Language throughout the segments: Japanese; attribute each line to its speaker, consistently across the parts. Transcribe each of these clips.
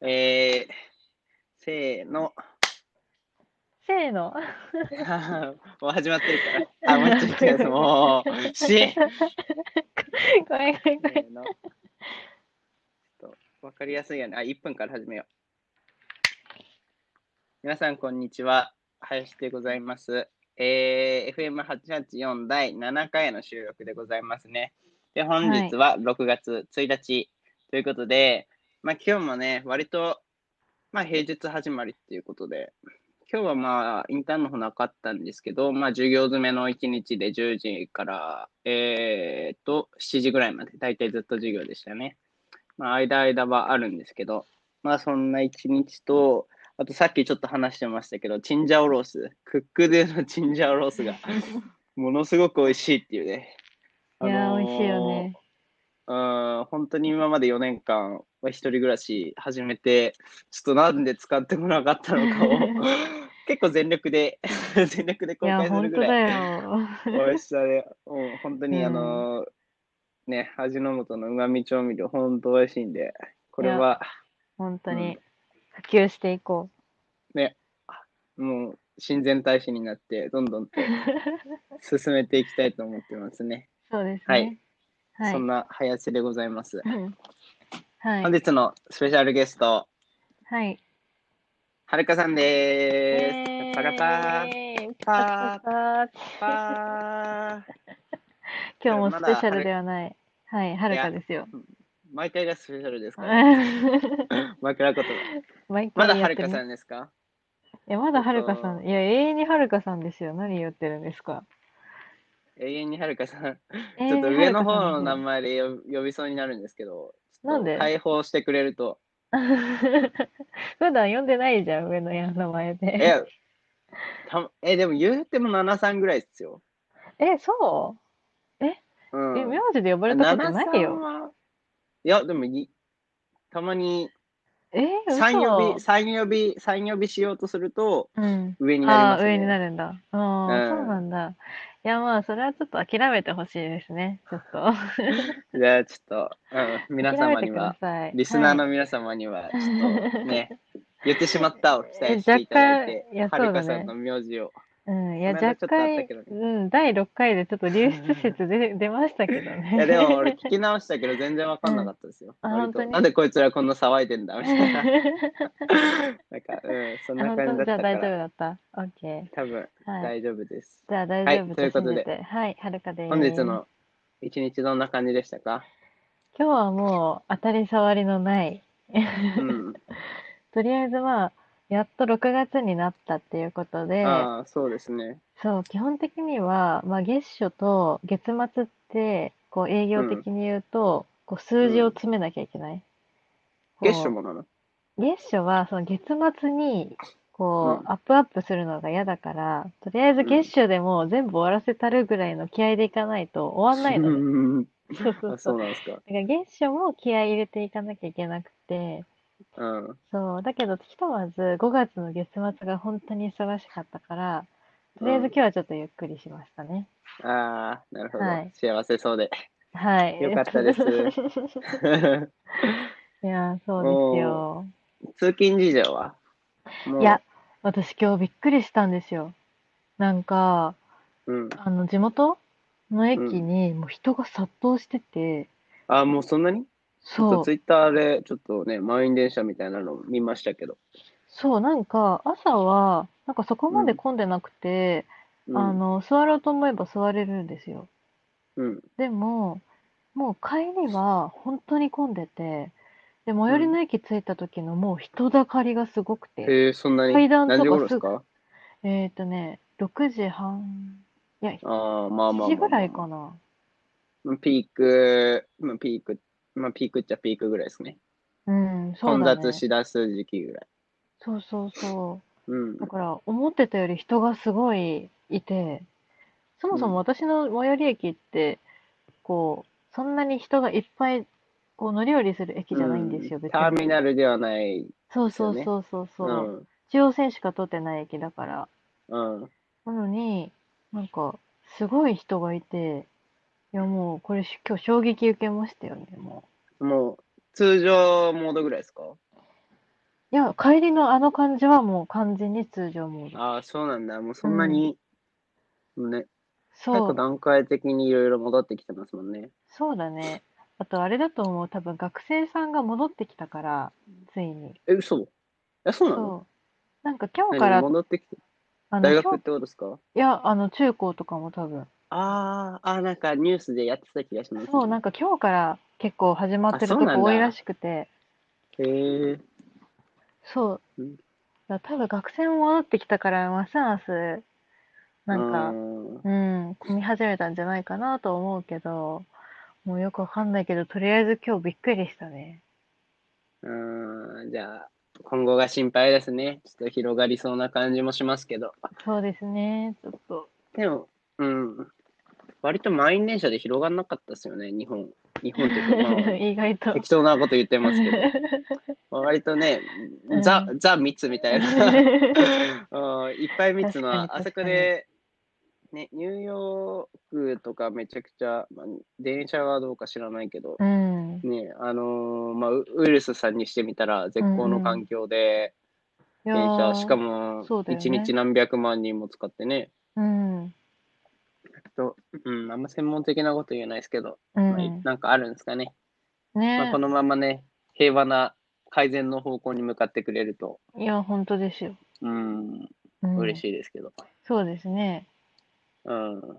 Speaker 1: えー、せーの。
Speaker 2: せーの。
Speaker 1: もう始まってるから。あ、もうちょっとです。もう、し、
Speaker 2: ごめんごめんご
Speaker 1: せ
Speaker 2: めん。
Speaker 1: ーの。ちょっと、わかりやすいよね。あ、1分から始めよう。皆さん、こんにちは。林でございます。えー、FM884 第7回の収録でございますね。で、本日は6月1日ということで、まあ、今日もね、割と、まあ、平日始まりっていうことで、今日はまあ、インターンの方なかったんですけど、まあ、授業詰めの1日で10時から、えー、っと、7時ぐらいまで、大体ずっと授業でしたね。まあ、間間はあるんですけど、まあ、そんな1日と、あとさっきちょっと話してましたけど、チンジャオロース、クックドゥのチンジャオロー スが、ものすごく美味しいっていうね。
Speaker 2: いやー、美味しいよ
Speaker 1: あのー
Speaker 2: ね。
Speaker 1: うん、本当に今まで4年間は一人暮らし始めて、ちょっとなんで使ってこなかったのか を、結構全力で、全力で
Speaker 2: い
Speaker 1: 公
Speaker 2: や、
Speaker 1: 開する
Speaker 2: 本
Speaker 1: ぐ
Speaker 2: 当
Speaker 1: らい、
Speaker 2: だよ。
Speaker 1: 美味しさで、うん、本当に、
Speaker 2: うん
Speaker 1: あのーね、味の素のうまみ調味料、本当美味しいんで、これ
Speaker 2: いや
Speaker 1: は
Speaker 2: 本当
Speaker 1: う
Speaker 2: に。普及していこ
Speaker 1: もう親善大使になって、どんどん と
Speaker 2: う。
Speaker 1: 進めていきたいと思ってますね。
Speaker 2: そうです
Speaker 1: はい
Speaker 2: ね。はい
Speaker 1: そん。な林でございます。
Speaker 2: うんはい
Speaker 1: 本。日のスペシャルゲスト、
Speaker 2: はい。
Speaker 1: はるかさんで
Speaker 2: イエー
Speaker 1: す。
Speaker 2: イ
Speaker 1: パラパー。
Speaker 2: パラパー
Speaker 1: パー
Speaker 2: 今日もスペシャルではない。はい、はるかですよ。
Speaker 1: 毎回がスペシャルです から、ね。
Speaker 2: 毎
Speaker 1: 枕言葉。
Speaker 2: 回
Speaker 1: まだ
Speaker 2: や
Speaker 1: は
Speaker 2: っ
Speaker 1: る
Speaker 2: て
Speaker 1: か
Speaker 2: る
Speaker 1: さんですか
Speaker 2: いや、まだはるかさん。いや、永遠にはるかさんですよ。何言ってるんですか。
Speaker 1: 永遠にはるかさん。ち
Speaker 2: ち
Speaker 1: ょっと上の方の名前
Speaker 2: 前。
Speaker 1: で呼び呼びそうになるんですけど。ちょっと
Speaker 2: なんで
Speaker 1: 解放してくれると。
Speaker 2: 普段呼んでないじゃん、上の矢の前で。
Speaker 1: え、たまえでも言うても73ぐらいですよ。
Speaker 2: え、そううえ、
Speaker 1: ん
Speaker 2: 名。字で呼ばれたことないよ。
Speaker 1: いや、でもい、たまに
Speaker 2: えー、
Speaker 1: 3呼び、
Speaker 2: 嘘
Speaker 1: 三呼び、三呼びしようとすると、
Speaker 2: うん。
Speaker 1: 上になり
Speaker 2: あ
Speaker 1: ま
Speaker 2: あ、
Speaker 1: す、ね。
Speaker 2: 上になるんだ。ああ、
Speaker 1: うん
Speaker 2: そうなんだ。いや、まあ、それはちょっと諦めてほしいですね。ちょっと。
Speaker 1: じゃあ、ちょっと、うん、皆
Speaker 2: 諦
Speaker 1: 様
Speaker 2: めて
Speaker 1: に
Speaker 2: く
Speaker 1: は
Speaker 2: だ。さい。
Speaker 1: リスナー
Speaker 2: は
Speaker 1: の
Speaker 2: い
Speaker 1: 皆様には、ちょっとね、言ってしまったを期待していただいて
Speaker 2: え若干い
Speaker 1: はる
Speaker 2: や、そうだ
Speaker 1: か
Speaker 2: ね
Speaker 1: さんの名字を。
Speaker 2: うん、いや、
Speaker 1: この間
Speaker 2: 若
Speaker 1: ちょっとあった
Speaker 2: 干、
Speaker 1: けどね
Speaker 2: うん、第6回でちょっと流出説出、出ましたけどね。
Speaker 1: い や、でも俺聞き直したけど、全然わかんなかったですよ。
Speaker 2: うんあ
Speaker 1: 割
Speaker 2: 本
Speaker 1: と
Speaker 2: 当に
Speaker 1: なんでこいつらこんな騒いでんだみた いな。なんか、うん、そん
Speaker 2: あ
Speaker 1: な
Speaker 2: 本
Speaker 1: 感じ
Speaker 2: 当じ
Speaker 1: だ
Speaker 2: ゃ
Speaker 1: っ
Speaker 2: あ
Speaker 1: たか
Speaker 2: 大丈夫
Speaker 1: ら、
Speaker 2: だった。オッケ
Speaker 1: 多分
Speaker 2: ー。はい。
Speaker 1: 大丈夫です。
Speaker 2: じゃあ大
Speaker 1: はい
Speaker 2: 丈夫
Speaker 1: ということで
Speaker 2: 信じてはい、はるかです。
Speaker 1: 本日の一日どんな感じでした か
Speaker 2: 今日はもう当たり障りのない。
Speaker 1: うん。
Speaker 2: とりあえずまあ、やっと6月になったっていうことで、
Speaker 1: ああ、そうですね。
Speaker 2: そう、基本的には、まあ月初と月末って、こう営業的に言うと、こう数字を詰めなきゃいけない。
Speaker 1: 月初
Speaker 2: こう
Speaker 1: もなの
Speaker 2: 月初はその月末にこう、
Speaker 1: うん
Speaker 2: アップアップするのが嫌だから、とりあえず月初でもう全部終わらせたるぐらいの気合でいかないと終わんない のね。
Speaker 1: うん
Speaker 2: そうそう
Speaker 1: あ
Speaker 2: そ。
Speaker 1: そううなんですか。
Speaker 2: だから月初も気合い入れていかなきゃいけなくて、
Speaker 1: うん。
Speaker 2: そう、だけどひとまず5月の月末が本当に忙しかったから、とりあえず今日はちょっとゆっくりしましたね。
Speaker 1: ああ、なるほど
Speaker 2: はい。
Speaker 1: 幸せそうで。
Speaker 2: はい。
Speaker 1: よかったです
Speaker 2: いやー、そうですよ。
Speaker 1: 通勤事情はもう
Speaker 2: いや、私今日びっくりしたんですよ。なんか、
Speaker 1: うん。
Speaker 2: あの、地元の駅
Speaker 1: うん
Speaker 2: にもう人が殺到してて、
Speaker 1: あ、もうそんなにちょっ
Speaker 2: そ
Speaker 1: と
Speaker 2: う、
Speaker 1: ツイッターで、ちょっとね、満員電車みたいなの見ましたけど。
Speaker 2: そう、なんか朝は、なんかそこまで混んでなくて、
Speaker 1: うん、
Speaker 2: あの、座ろうと思えば座れるんですよ。
Speaker 1: うん。
Speaker 2: でも、もう帰りは本当に混んでて、で、最寄りの駅着いた時のもう人だかりがすごくて、
Speaker 1: へえ、そんなに。
Speaker 2: 階段とか
Speaker 1: 何時頃ですか
Speaker 2: えっとね、6時半、いや、
Speaker 1: ああ、まあまあまあまあ。
Speaker 2: 7時ぐらいかな。
Speaker 1: ピーク、まあ、ピーク、まあ、ピークっちゃピークぐらいですね。
Speaker 2: うん、そう
Speaker 1: 混
Speaker 2: だ
Speaker 1: 雑
Speaker 2: ね。
Speaker 1: しだす時期ぐらい。
Speaker 2: そうそうそう。
Speaker 1: うん
Speaker 2: だ。から思ってたより人がすごいいて、そもそも
Speaker 1: うん
Speaker 2: 私の最寄り駅って、こう、そんなに人がいっぱいこう乗り降りする駅じゃないんですよ、
Speaker 1: う
Speaker 2: 別
Speaker 1: ターミ
Speaker 2: に。
Speaker 1: ナルではない。
Speaker 2: そう
Speaker 1: すよね
Speaker 2: そうそうそううそう。
Speaker 1: ん。
Speaker 2: 中央線しか通ってない駅だから。
Speaker 1: うん。
Speaker 2: なのに、なんか、すごい人がいて、いやもう、これし今日衝撃受けましたよね、も
Speaker 1: もう、通常モードぐらいですか
Speaker 2: いや、帰りのあの感じはもう完全に通常モード。
Speaker 1: ああ、そうなんだ。もうそんなに、ね、結
Speaker 2: そ
Speaker 1: 構
Speaker 2: う、
Speaker 1: 段階的にいろいろ戻ってきてますもんね。
Speaker 2: そうだね。あとあれだと思う。多分学生さんが戻ってきたから、ついに。
Speaker 1: え、嘘え、そうなの
Speaker 2: そう。なんか今日
Speaker 1: 何
Speaker 2: から、
Speaker 1: 戻ってきて、
Speaker 2: あの、
Speaker 1: 大
Speaker 2: 今
Speaker 1: 学っ
Speaker 2: 日、
Speaker 1: てことですか
Speaker 2: いや、あの、中高とかも多分。
Speaker 1: ああ、あーなんかニュースでやってた気がしますね。
Speaker 2: そう、なんか今日から結構始まって
Speaker 1: あ
Speaker 2: る
Speaker 1: そう
Speaker 2: と
Speaker 1: なん
Speaker 2: こ多い
Speaker 1: だ
Speaker 2: らしくて、
Speaker 1: へえ。
Speaker 2: そう。
Speaker 1: うん
Speaker 2: だから多分学生も戻ってきたから、ますます、なん
Speaker 1: う
Speaker 2: か、
Speaker 1: ーん
Speaker 2: うん、混み始めたんじゃないかなと思うけど、もうよくわかんないけど、とりあえず今日びっくりしたね。
Speaker 1: うーん、じゃあ、今後が心配ですね。ちょっと広がりそうな感じもしますけど。
Speaker 2: そうですね、ちょっと。
Speaker 1: でも、うん、割と満員電車で広がんなかったですよね、日本。日本っていうか、まあ
Speaker 2: 意外 と。
Speaker 1: 適当なこと言ってますけど、 まあ割とね、
Speaker 2: うん
Speaker 1: ザ、ザ密みたい な、うんいっぱい密
Speaker 2: 確かに
Speaker 1: な、あそこで、ね、ニューヨークとかめちゃくちゃ、まあ、電車はどうか知らないけど、
Speaker 2: うん。
Speaker 1: ね、あのーまあ、ウウイルスさんにしてみたら絶好の環境で、
Speaker 2: いや
Speaker 1: 電車、
Speaker 2: ー
Speaker 1: しかも
Speaker 2: そうだよね
Speaker 1: 1日何百万人も使ってね、
Speaker 2: うん。
Speaker 1: とうん、あんま専門的なこと言えないですけど、
Speaker 2: う
Speaker 1: まあい
Speaker 2: ん。
Speaker 1: なんかあるんですかね。まあ、
Speaker 2: ね
Speaker 1: このままね、平和な改善の方向に向かってくれると、
Speaker 2: いや、本当ですよ。
Speaker 1: うん、
Speaker 2: うん。
Speaker 1: 嬉しいですけど、
Speaker 2: そうですね。
Speaker 1: うん、った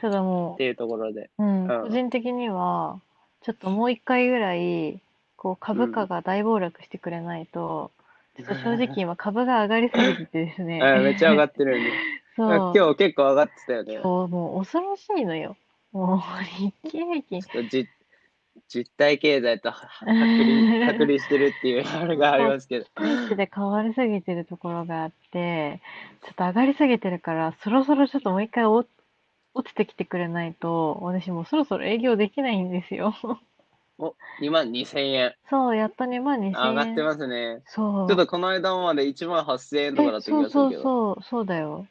Speaker 2: だもう
Speaker 1: て、いうところで、
Speaker 2: うん、
Speaker 1: うん
Speaker 2: 個人的には、ちょっともう一回ぐらい、こう株価が大暴落してくれないと、ちょっと正直今株が上がりすぎててですね、
Speaker 1: うん、めっちゃ上がってるよね。
Speaker 2: そう、
Speaker 1: 今日結構上がってたよね。ちょ
Speaker 2: そうもう恐ろしいのよ。もう、日経平均。
Speaker 1: っとじ実体経済とは隔 離隔離してるっていうあれがありますけど。
Speaker 2: 一日で変わりすぎてるところがあって、ちょっと上がりすぎてるから、そろそろちょっともう一回お落ちてきてくれないと、私もうそろそろ営業できないんですよ。
Speaker 1: お、2万2000円。
Speaker 2: そう、やっと2万2000円。
Speaker 1: 上がってますね。
Speaker 2: そう。
Speaker 1: ちょっとこの間まで1万8000円とかだっ
Speaker 2: え、
Speaker 1: た気
Speaker 2: そ
Speaker 1: が
Speaker 2: う
Speaker 1: する
Speaker 2: そ
Speaker 1: け
Speaker 2: う
Speaker 1: ど。
Speaker 2: そう、そうだよ。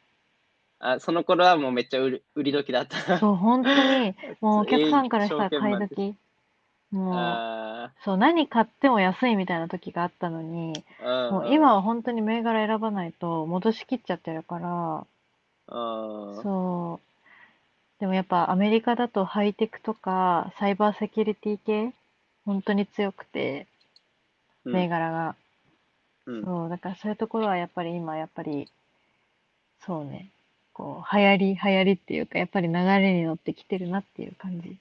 Speaker 1: あ、その頃はもうめっちゃ売り売り時だった。
Speaker 2: そう、本当に、もうお客さんからしたら
Speaker 1: 証券
Speaker 2: 買い
Speaker 1: マンです
Speaker 2: 時。も
Speaker 1: あ
Speaker 2: う、そう、何買っても安いみたいな時があったのに、
Speaker 1: ー
Speaker 2: もう今は本当に銘柄選ばないと戻しきっちゃってるから、
Speaker 1: うんうん
Speaker 2: そう。でもやっぱアメリカだとハイテクとかサイバーセキュリティ系、本当に強くて、
Speaker 1: うん
Speaker 2: 銘柄が。
Speaker 1: うん
Speaker 2: そう、だからそういうところはやっぱり今、やっぱり、そうね、こう、流行り、流行りっていうか、やっぱり流れに乗ってきてるなっていう感じ。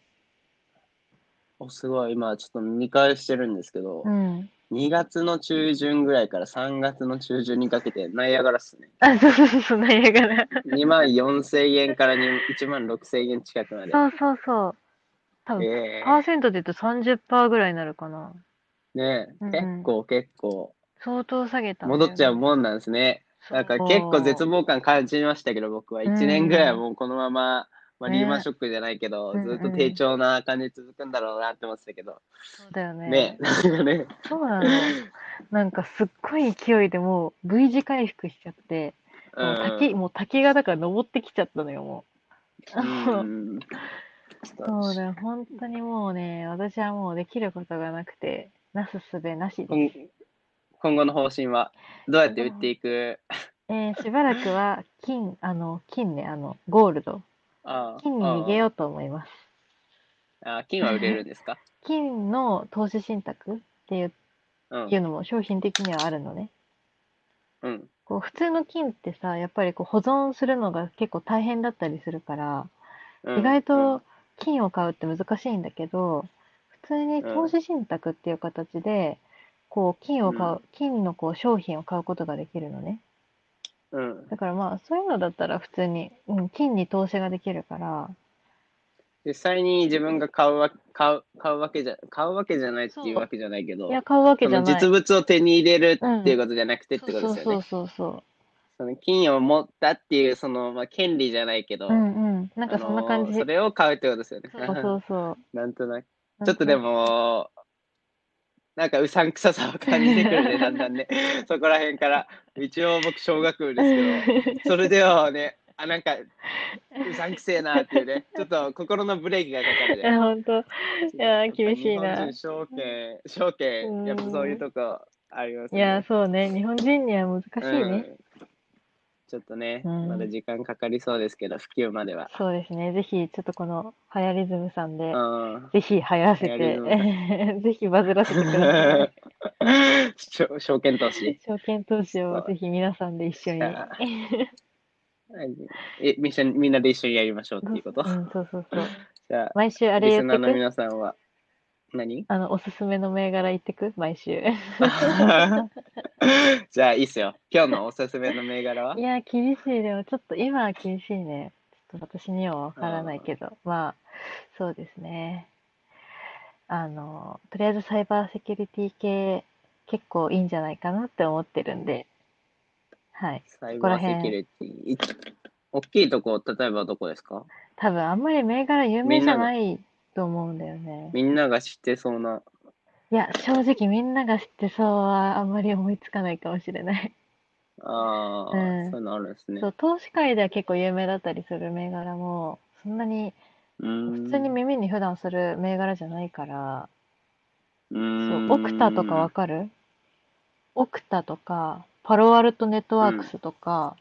Speaker 1: お、すごい。今ちょっと見返してるんですけど
Speaker 2: う、ん。
Speaker 1: 2月の中旬ぐらいから3月の中旬にかけて、ナイアガラっす ね。
Speaker 2: あ、そうそうそうそう、ナイアガラ。
Speaker 1: 2万4000円から1万6000円近くまで。
Speaker 2: そうそうそう。多分、
Speaker 1: え
Speaker 2: パーセントで言うと30%ぐらいになるかな。
Speaker 1: ー、ね
Speaker 2: うんうん
Speaker 1: 結構結構、
Speaker 2: 相当下げたんだ
Speaker 1: 戻
Speaker 2: よ
Speaker 1: っちゃう
Speaker 2: ね。
Speaker 1: もんなんですね。なんか結構絶望感感じましたけど、僕は
Speaker 2: うん
Speaker 1: 1年ぐらいはもうこのまま、まあ、
Speaker 2: ね
Speaker 1: リーマンショックじゃないけど、
Speaker 2: うんうん
Speaker 1: ずっと低調な感じ続くんだろうなって思ってたけど、
Speaker 2: そうだよね。
Speaker 1: ね なんかね、
Speaker 2: そう なの。なんかすっごい勢いでもう V 字回復しちゃって、
Speaker 1: う
Speaker 2: もう滝、
Speaker 1: ん
Speaker 2: もう滝がだから登ってきちゃったのよ、もう。
Speaker 1: うん、
Speaker 2: そうだよ、本当にもうね、私はもうできることがなくて、なすすべなしで
Speaker 1: 今今後の方針はどうやって売っていく、
Speaker 2: す。えーしばらくは金、あの、金ね、あの、ゴールド。
Speaker 1: ああ
Speaker 2: 金に逃げようと思います。
Speaker 1: ああ金は売れるんです か、
Speaker 2: 金の投資信託っていう、
Speaker 1: う
Speaker 2: いうんのも商品的にはあるのね。
Speaker 1: うん、
Speaker 2: こう、普通の金ってさ、やっぱりこう保存するのが結構大変だったりするから、
Speaker 1: うん
Speaker 2: 意外と金を買うって難しいんだけど、普通に投資信託っていう形で、こう、金を買
Speaker 1: うん
Speaker 2: う、金のこう商品を買うことができるのね。
Speaker 1: うん、うん
Speaker 2: だからまあ、そういうのだったら普通に、うん、金に投資ができるから、
Speaker 1: 実際に自分が買うわ買う買うわけじゃ買うわけじゃないっていうわけじゃないけど
Speaker 2: いや、買うわけ
Speaker 1: そ
Speaker 2: じゃ
Speaker 1: の
Speaker 2: ない。
Speaker 1: 実物を手に入れるっていうことじゃなくてってこと
Speaker 2: そ
Speaker 1: で
Speaker 2: う
Speaker 1: すよね。
Speaker 2: そうそうそう。
Speaker 1: その金を持ったっていうその、まあ、権利じゃないけど、
Speaker 2: うんうん。なんかそんな
Speaker 1: あの
Speaker 2: 感
Speaker 1: ー
Speaker 2: じ
Speaker 1: そ。れを買うってことですよね。
Speaker 2: そうそうそう。
Speaker 1: なんとなく。
Speaker 2: なん
Speaker 1: ちょ
Speaker 2: か
Speaker 1: っとで、も、なんかうさんくささを感じてくる ね、だんだんね。そこら辺から。一応僕、小学部ですけ ど、それではね、あ、なんか、うさんくせえなっていうね、ちょっと心のブレーキがかかる
Speaker 2: い
Speaker 1: ね
Speaker 2: や、。ほんと。いやー厳しいな
Speaker 1: 日本人証券、証券、やっぱそういうとこ、あります
Speaker 2: いや、そうね。日本人には難し いね。
Speaker 1: うんちょっとね、
Speaker 2: うん
Speaker 1: まだ時間かかりそうですけど、普及までは。
Speaker 2: そうですね。ぜひ、ちょっとこの、ハヤリズムさんで、
Speaker 1: うん。
Speaker 2: ぜひ流行らせて、
Speaker 1: 流行
Speaker 2: ぜひバズらせてくださ い。
Speaker 1: しょ証券投資。
Speaker 2: 証券投資をぜひ皆さんで一緒に。
Speaker 1: あえみんなみんなで一緒にやりましょうっていうこと
Speaker 2: う。ん、そうそうそう。
Speaker 1: じゃ
Speaker 2: 毎週
Speaker 1: あ、
Speaker 2: あれ
Speaker 1: リス
Speaker 2: 言っ
Speaker 1: ナー
Speaker 2: て
Speaker 1: の
Speaker 2: く
Speaker 1: 皆さんは、何
Speaker 2: あの、おすすめの銘柄言ってく毎週。
Speaker 1: じゃあ、いいっすよ。今日のおすすめの銘柄はい
Speaker 2: や、厳しい。でも、ちょっと今は厳しいね。ちょっと私にはわからないけど、まあ、そうですね。あの、とりあえずサイバーセキュリティ系、結構いいんじゃないかなって思ってるんで、はい。
Speaker 1: サイ
Speaker 2: こら
Speaker 1: バーセ
Speaker 2: 辺
Speaker 1: キュリティ。い大きいとこ、例えばどこですか
Speaker 2: 多分、あんまり銘柄有名じゃ
Speaker 1: みんなが
Speaker 2: ないと思うんだよね。
Speaker 1: みんなが知ってそうな。
Speaker 2: いや、正直みんなが知ってそうはあんまり思いつかないかもしれない。
Speaker 1: ああ、
Speaker 2: うん
Speaker 1: そういうのあるんですね
Speaker 2: そ。う、投資界では結構有名だったりする銘柄も、そんなに、
Speaker 1: 普
Speaker 2: 普通に耳に普段する銘柄じゃないから、そう、
Speaker 1: う
Speaker 2: オクタとかわかるオクタとか、パロアルトネットワークスとか、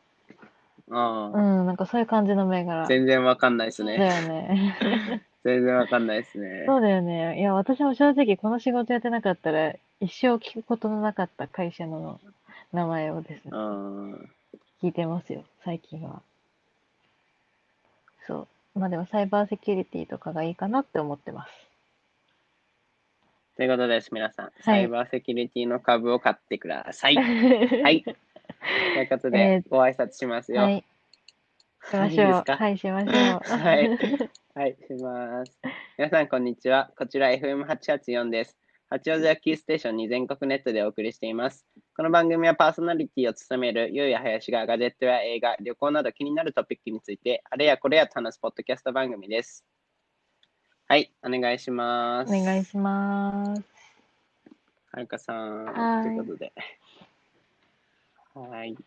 Speaker 1: るあ
Speaker 2: う
Speaker 1: あ、
Speaker 2: ん、なんかそういう感じの銘柄。
Speaker 1: 全然わかんないですね。
Speaker 2: だよね。
Speaker 1: 全然わかんないですね。
Speaker 2: そうだよね。いや、私も正直この仕事やってなかったら、一生聞くことのなかった会社の名前をですね、
Speaker 1: うん
Speaker 2: 聞いてますよ、最近は。そう。まあでもサイバーセキュリティとかがいいかなって思ってます。
Speaker 1: ということです、皆さん。サイバーセキュリティの株を買ってくだ さい。はい。ということで、
Speaker 2: え
Speaker 1: ご挨拶しますよ。、
Speaker 2: はいい。しま
Speaker 1: い
Speaker 2: し
Speaker 1: で
Speaker 2: ょ
Speaker 1: す
Speaker 2: う。
Speaker 1: か
Speaker 2: はい、しま しょう。
Speaker 1: はい。はい、します。皆さん、こんにちは。こちら FM884 です。八王子野球ステーションに全国ネットでお送りしています。この番組はパーソナリティを務めるゆうや林がガジェットや映画、旅行など気になるトピックについて、あれやこれやと話すポッドキャスト番組です。はい、お願いしま
Speaker 2: お
Speaker 1: す。
Speaker 2: 願いします。
Speaker 1: はるかさん。
Speaker 2: はい
Speaker 1: ということで。はい。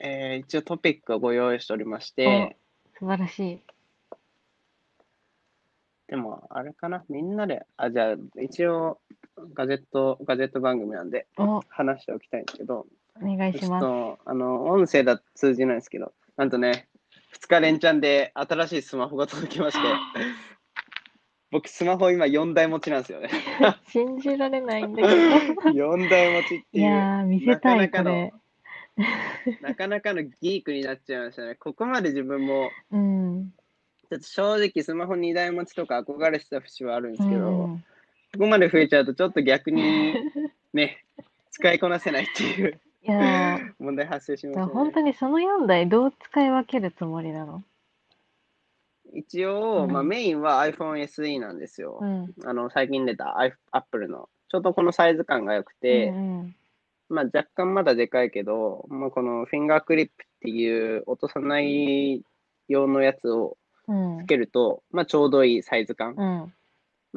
Speaker 1: えー一応トピックをご用意しておりまして、
Speaker 2: 素晴らしい。
Speaker 1: でも、あれかな、みんなで、あ、じゃあ、一応、ガジェット、ガジェット番組なんで、
Speaker 2: お、お
Speaker 1: 話しておきたいんですけど、
Speaker 2: 願い
Speaker 1: ち
Speaker 2: し
Speaker 1: ょっ
Speaker 2: ます。
Speaker 1: と、あの、音声だと通じないんですけど、なんとね、2日連チャンで新しいスマホが届きま して、僕、スマホ今4台持ちなんですよね。
Speaker 2: 信じられないんだけど。
Speaker 1: 4台持ちって
Speaker 2: い
Speaker 1: いう。
Speaker 2: やー、見せたい、これ。
Speaker 1: なかなかのギークになっちゃいましたね。ここまで自分も、
Speaker 2: うん。
Speaker 1: ちょっと正直スマホ2台持ちとか憧れてた節はあるんで
Speaker 2: う
Speaker 1: すけど、こ
Speaker 2: ん。
Speaker 1: こまで増えちゃうとちょっと逆にね、使いこなせないっていう
Speaker 2: いやー、
Speaker 1: 問題発生しまし
Speaker 2: だか
Speaker 1: た
Speaker 2: ら
Speaker 1: ね。
Speaker 2: 本当にその4台どう使い分けるつもりなの
Speaker 1: 一応、まあ、
Speaker 2: うん
Speaker 1: メインは iPhone SE なんですよ。
Speaker 2: うん。
Speaker 1: あの最近出た i- Apple の。ちょうどこのサイズ感が良くて、
Speaker 2: うんうん
Speaker 1: まあ、若干まだでかいけど、まあ、このフィンガークリップっていう落とさない用のやつを
Speaker 2: うん。
Speaker 1: つけると、まあ、ちょうどいいサイズ感。
Speaker 2: うん。
Speaker 1: ま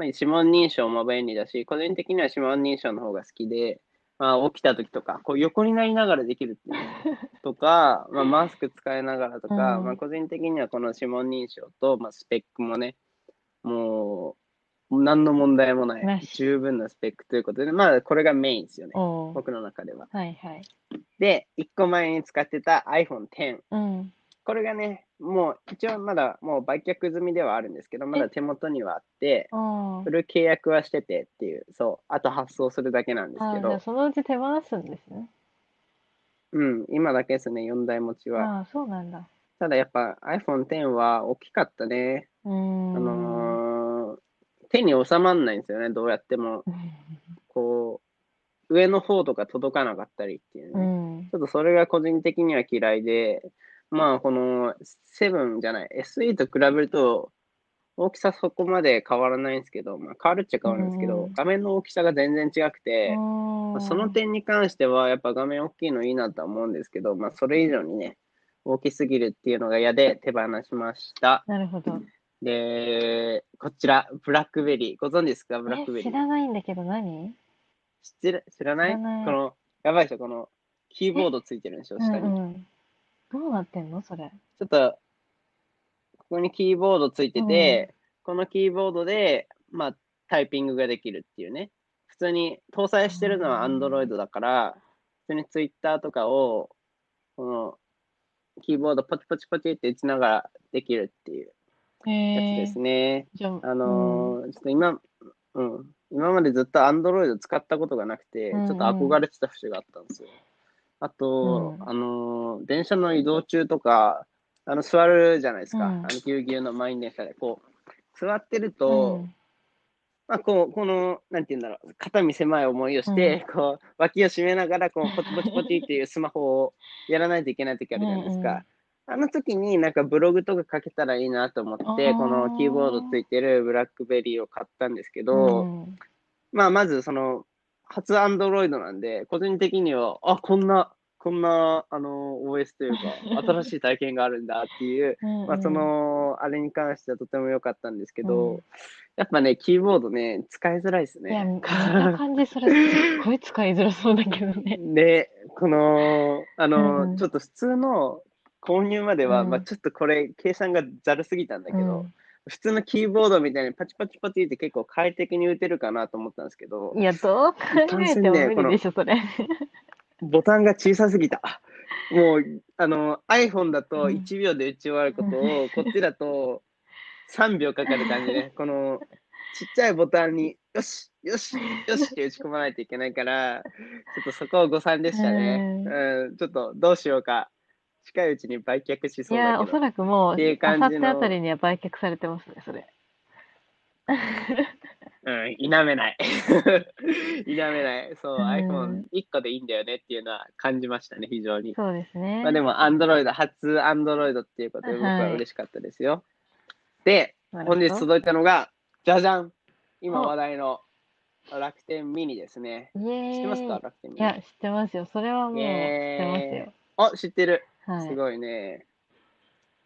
Speaker 1: あ、指紋認証も便利だし、個人的には指紋認証の方が好きで、まあ、起きた時とか、こう横になりながらできるっていうと か、まあ、マスク使いながらとか、
Speaker 2: うん
Speaker 1: まあ、個人的にはこの指紋認証と、まあ、スペックもね、もう、何の問題もな、
Speaker 2: ないし
Speaker 1: 十分なスペックということで、まあ、これがメインですよね、
Speaker 2: おー
Speaker 1: 僕の中では。
Speaker 2: はいはい。
Speaker 1: で、1個前に使ってた iPhone X。
Speaker 2: うん。
Speaker 1: これがね、もう一応まだもう売却済みではあるんですけど、まだ手元にはあって、
Speaker 2: あ
Speaker 1: フル契約はしててっていう、そう、あと発送するだけなんで
Speaker 2: ー
Speaker 1: す
Speaker 2: あ
Speaker 1: け
Speaker 2: ー、じゃあ
Speaker 1: ど、
Speaker 2: そのうち手放すんですね。
Speaker 1: うん、今だけですね、4台持ちは。
Speaker 2: ああ、そうなんだ。
Speaker 1: ただやっぱ iPhone X は大きかったね。
Speaker 2: うーん。
Speaker 1: あのー手に収まんないんですよね、どうやっても。こう、上の方とか届かなかったりっていう
Speaker 2: う
Speaker 1: ね、
Speaker 2: ん。
Speaker 1: ちょっとそれが個人的には嫌いで、まあこの7じゃない、SE と比べると、大きさそこまで変わらないんですけど、まあ、変わるっちゃ変わるんですけど、
Speaker 2: うん
Speaker 1: 画面の大きさが全然違くて、まあその
Speaker 2: の
Speaker 1: 点に関しては、やっぱ画面大きいのいいなとは思うんですけど、まあ、それ以上にね、大きすぎるっていうのが嫌で手放しました。
Speaker 2: なるほど。
Speaker 1: で、こちら、ブラックベリー。ご存知ですかブラックベ
Speaker 2: え、
Speaker 1: リ
Speaker 2: 知
Speaker 1: ー。
Speaker 2: らないんだけど何
Speaker 1: 知ってる知らない
Speaker 2: 知らない
Speaker 1: この、やばいでしょこの、キーボードついてるでしょ
Speaker 2: う
Speaker 1: 下に。
Speaker 2: んうん。どうなってんのそれ。
Speaker 1: ちょっと、ここにキーボードついてて、このキーボードで、まあ、タイピングができるっていうね。普通に搭載してるのは Android だから、普通に Twitter とかを、この、キーボードポチポチポチって打ちながらできるっていう
Speaker 2: へ
Speaker 1: やつ
Speaker 2: え
Speaker 1: ですね。
Speaker 2: じゃあ、
Speaker 1: あのーちょっと今、うん、今までずっと Android 使ったことがなくて、ち
Speaker 2: うんうん
Speaker 1: ょっと憧れてた節があったんですよ。あと、
Speaker 2: うん
Speaker 1: あのー電車の移動中とか、あの座るじゃないですか、
Speaker 2: うん
Speaker 1: あのぎゅうぎゅうの満員電車で、こう、座ってる
Speaker 2: う
Speaker 1: と、
Speaker 2: ん、
Speaker 1: まあ、こう、この、なんて言うんだろう、肩身狭い思いをして、こう、脇を締めながら、こう、ポチポチポチっていうスマホをやらないといけない時あるじゃないです
Speaker 2: うんう
Speaker 1: か。あの時になんかブログとか書けたらいいなと思って、
Speaker 2: あー
Speaker 1: このキーボードついてるブラックベリーを買ったんですけど、
Speaker 2: うん
Speaker 1: まあ、まずその、初アンドロイドなんで、個人的には、あ、こんな、こんな、あの、OS と いうか、新しい体験があるんだっていう、
Speaker 2: うん
Speaker 1: まあ、その、あれに関してはとても良かったんですけど、やっぱね、キーボードね、使いづらいです
Speaker 2: いや、
Speaker 1: ね。
Speaker 2: 見た感じ、それ、すっごい使いづらそうだけどね。
Speaker 1: で、この、あの、
Speaker 2: うんうん
Speaker 1: ちょっと普通の購入までは、
Speaker 2: うん
Speaker 1: まあちょっとこれ、計算がざるすぎたんだけど、普通のキーボードみたいにパチパチパチって結構快適に打てるかなと思ったんですけど
Speaker 2: うん、いや、どう考えても無理でしょ、それ。
Speaker 1: ボタンが小さすぎた。もう、あの、iPhone だと
Speaker 2: うん
Speaker 1: 1秒で打ち終わることを、 こっちだと3秒かかる感じね。この、ちっちゃいボタンに、よし、よし、よしって打ち込まないといけないから、ちょっとそこを誤算でしたね。
Speaker 2: う
Speaker 1: うん、ちょっとどうしようか。近いうちに売却し
Speaker 2: い
Speaker 1: そう
Speaker 2: や、
Speaker 1: だ
Speaker 2: お
Speaker 1: け
Speaker 2: そ
Speaker 1: ど。
Speaker 2: らくもう、
Speaker 1: っていう感
Speaker 2: あさっ
Speaker 1: じ
Speaker 2: て
Speaker 1: の
Speaker 2: あたりには売却されてますね、それ。
Speaker 1: うん、否めない。 否めない。そう、
Speaker 2: うん
Speaker 1: iPhone1 個でいいんだよねっていうのは感じましたね、非常に。
Speaker 2: そうですね。
Speaker 1: まあでも、アンドロイド、初アンドロイドっていうことで、僕は嬉しかったですよ。で、
Speaker 2: なるほ
Speaker 1: 本日
Speaker 2: ど
Speaker 1: 届いたのが、じゃじゃん今
Speaker 2: お
Speaker 1: 話題の楽天ミニですね。
Speaker 2: イエ
Speaker 1: 知ってますか
Speaker 2: ーイ。
Speaker 1: 楽天ミ
Speaker 2: い
Speaker 1: ニ
Speaker 2: や、。知ってますよ。それはもう、知ってますよ。
Speaker 1: あ、知ってる。
Speaker 2: はい。
Speaker 1: すごいね。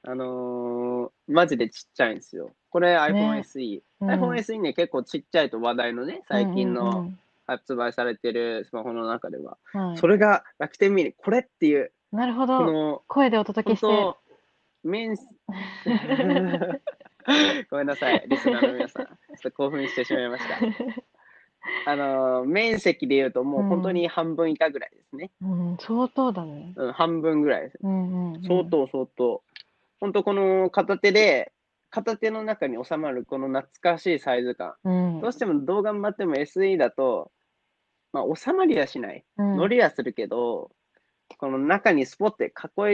Speaker 1: あのー、マジでちっちゃいんですよ。これ iPhone
Speaker 2: ね
Speaker 1: SE。
Speaker 2: うん
Speaker 1: iPhone SE ね、結構ちっちゃいと話題のね、最近
Speaker 2: うんう
Speaker 1: の
Speaker 2: ん
Speaker 1: 発売されてるスマホの中では。
Speaker 2: うんはい
Speaker 1: それが楽天ミニ、これっていう、
Speaker 2: なる
Speaker 1: こ
Speaker 2: ほど。
Speaker 1: の、
Speaker 2: 声でお届
Speaker 1: 本
Speaker 2: けして。
Speaker 1: 当、面積 ごめんなさい、リスナーの皆さん。ちょっと興奮してしまいました。あのー、面積で言うともう本当に半分以下ぐらいですね。
Speaker 2: うん、相当だね。
Speaker 1: うん、半分ぐらいです。
Speaker 2: うんうんうん。
Speaker 1: 相当相当。本当この片手で、片手の中に収まるこの懐かしいサイズ感。
Speaker 2: うん。
Speaker 1: どうしても動画待っても SE だと、まあ収まりはしない。
Speaker 2: うん
Speaker 1: 乗りはするけど、この中にスポッて囲い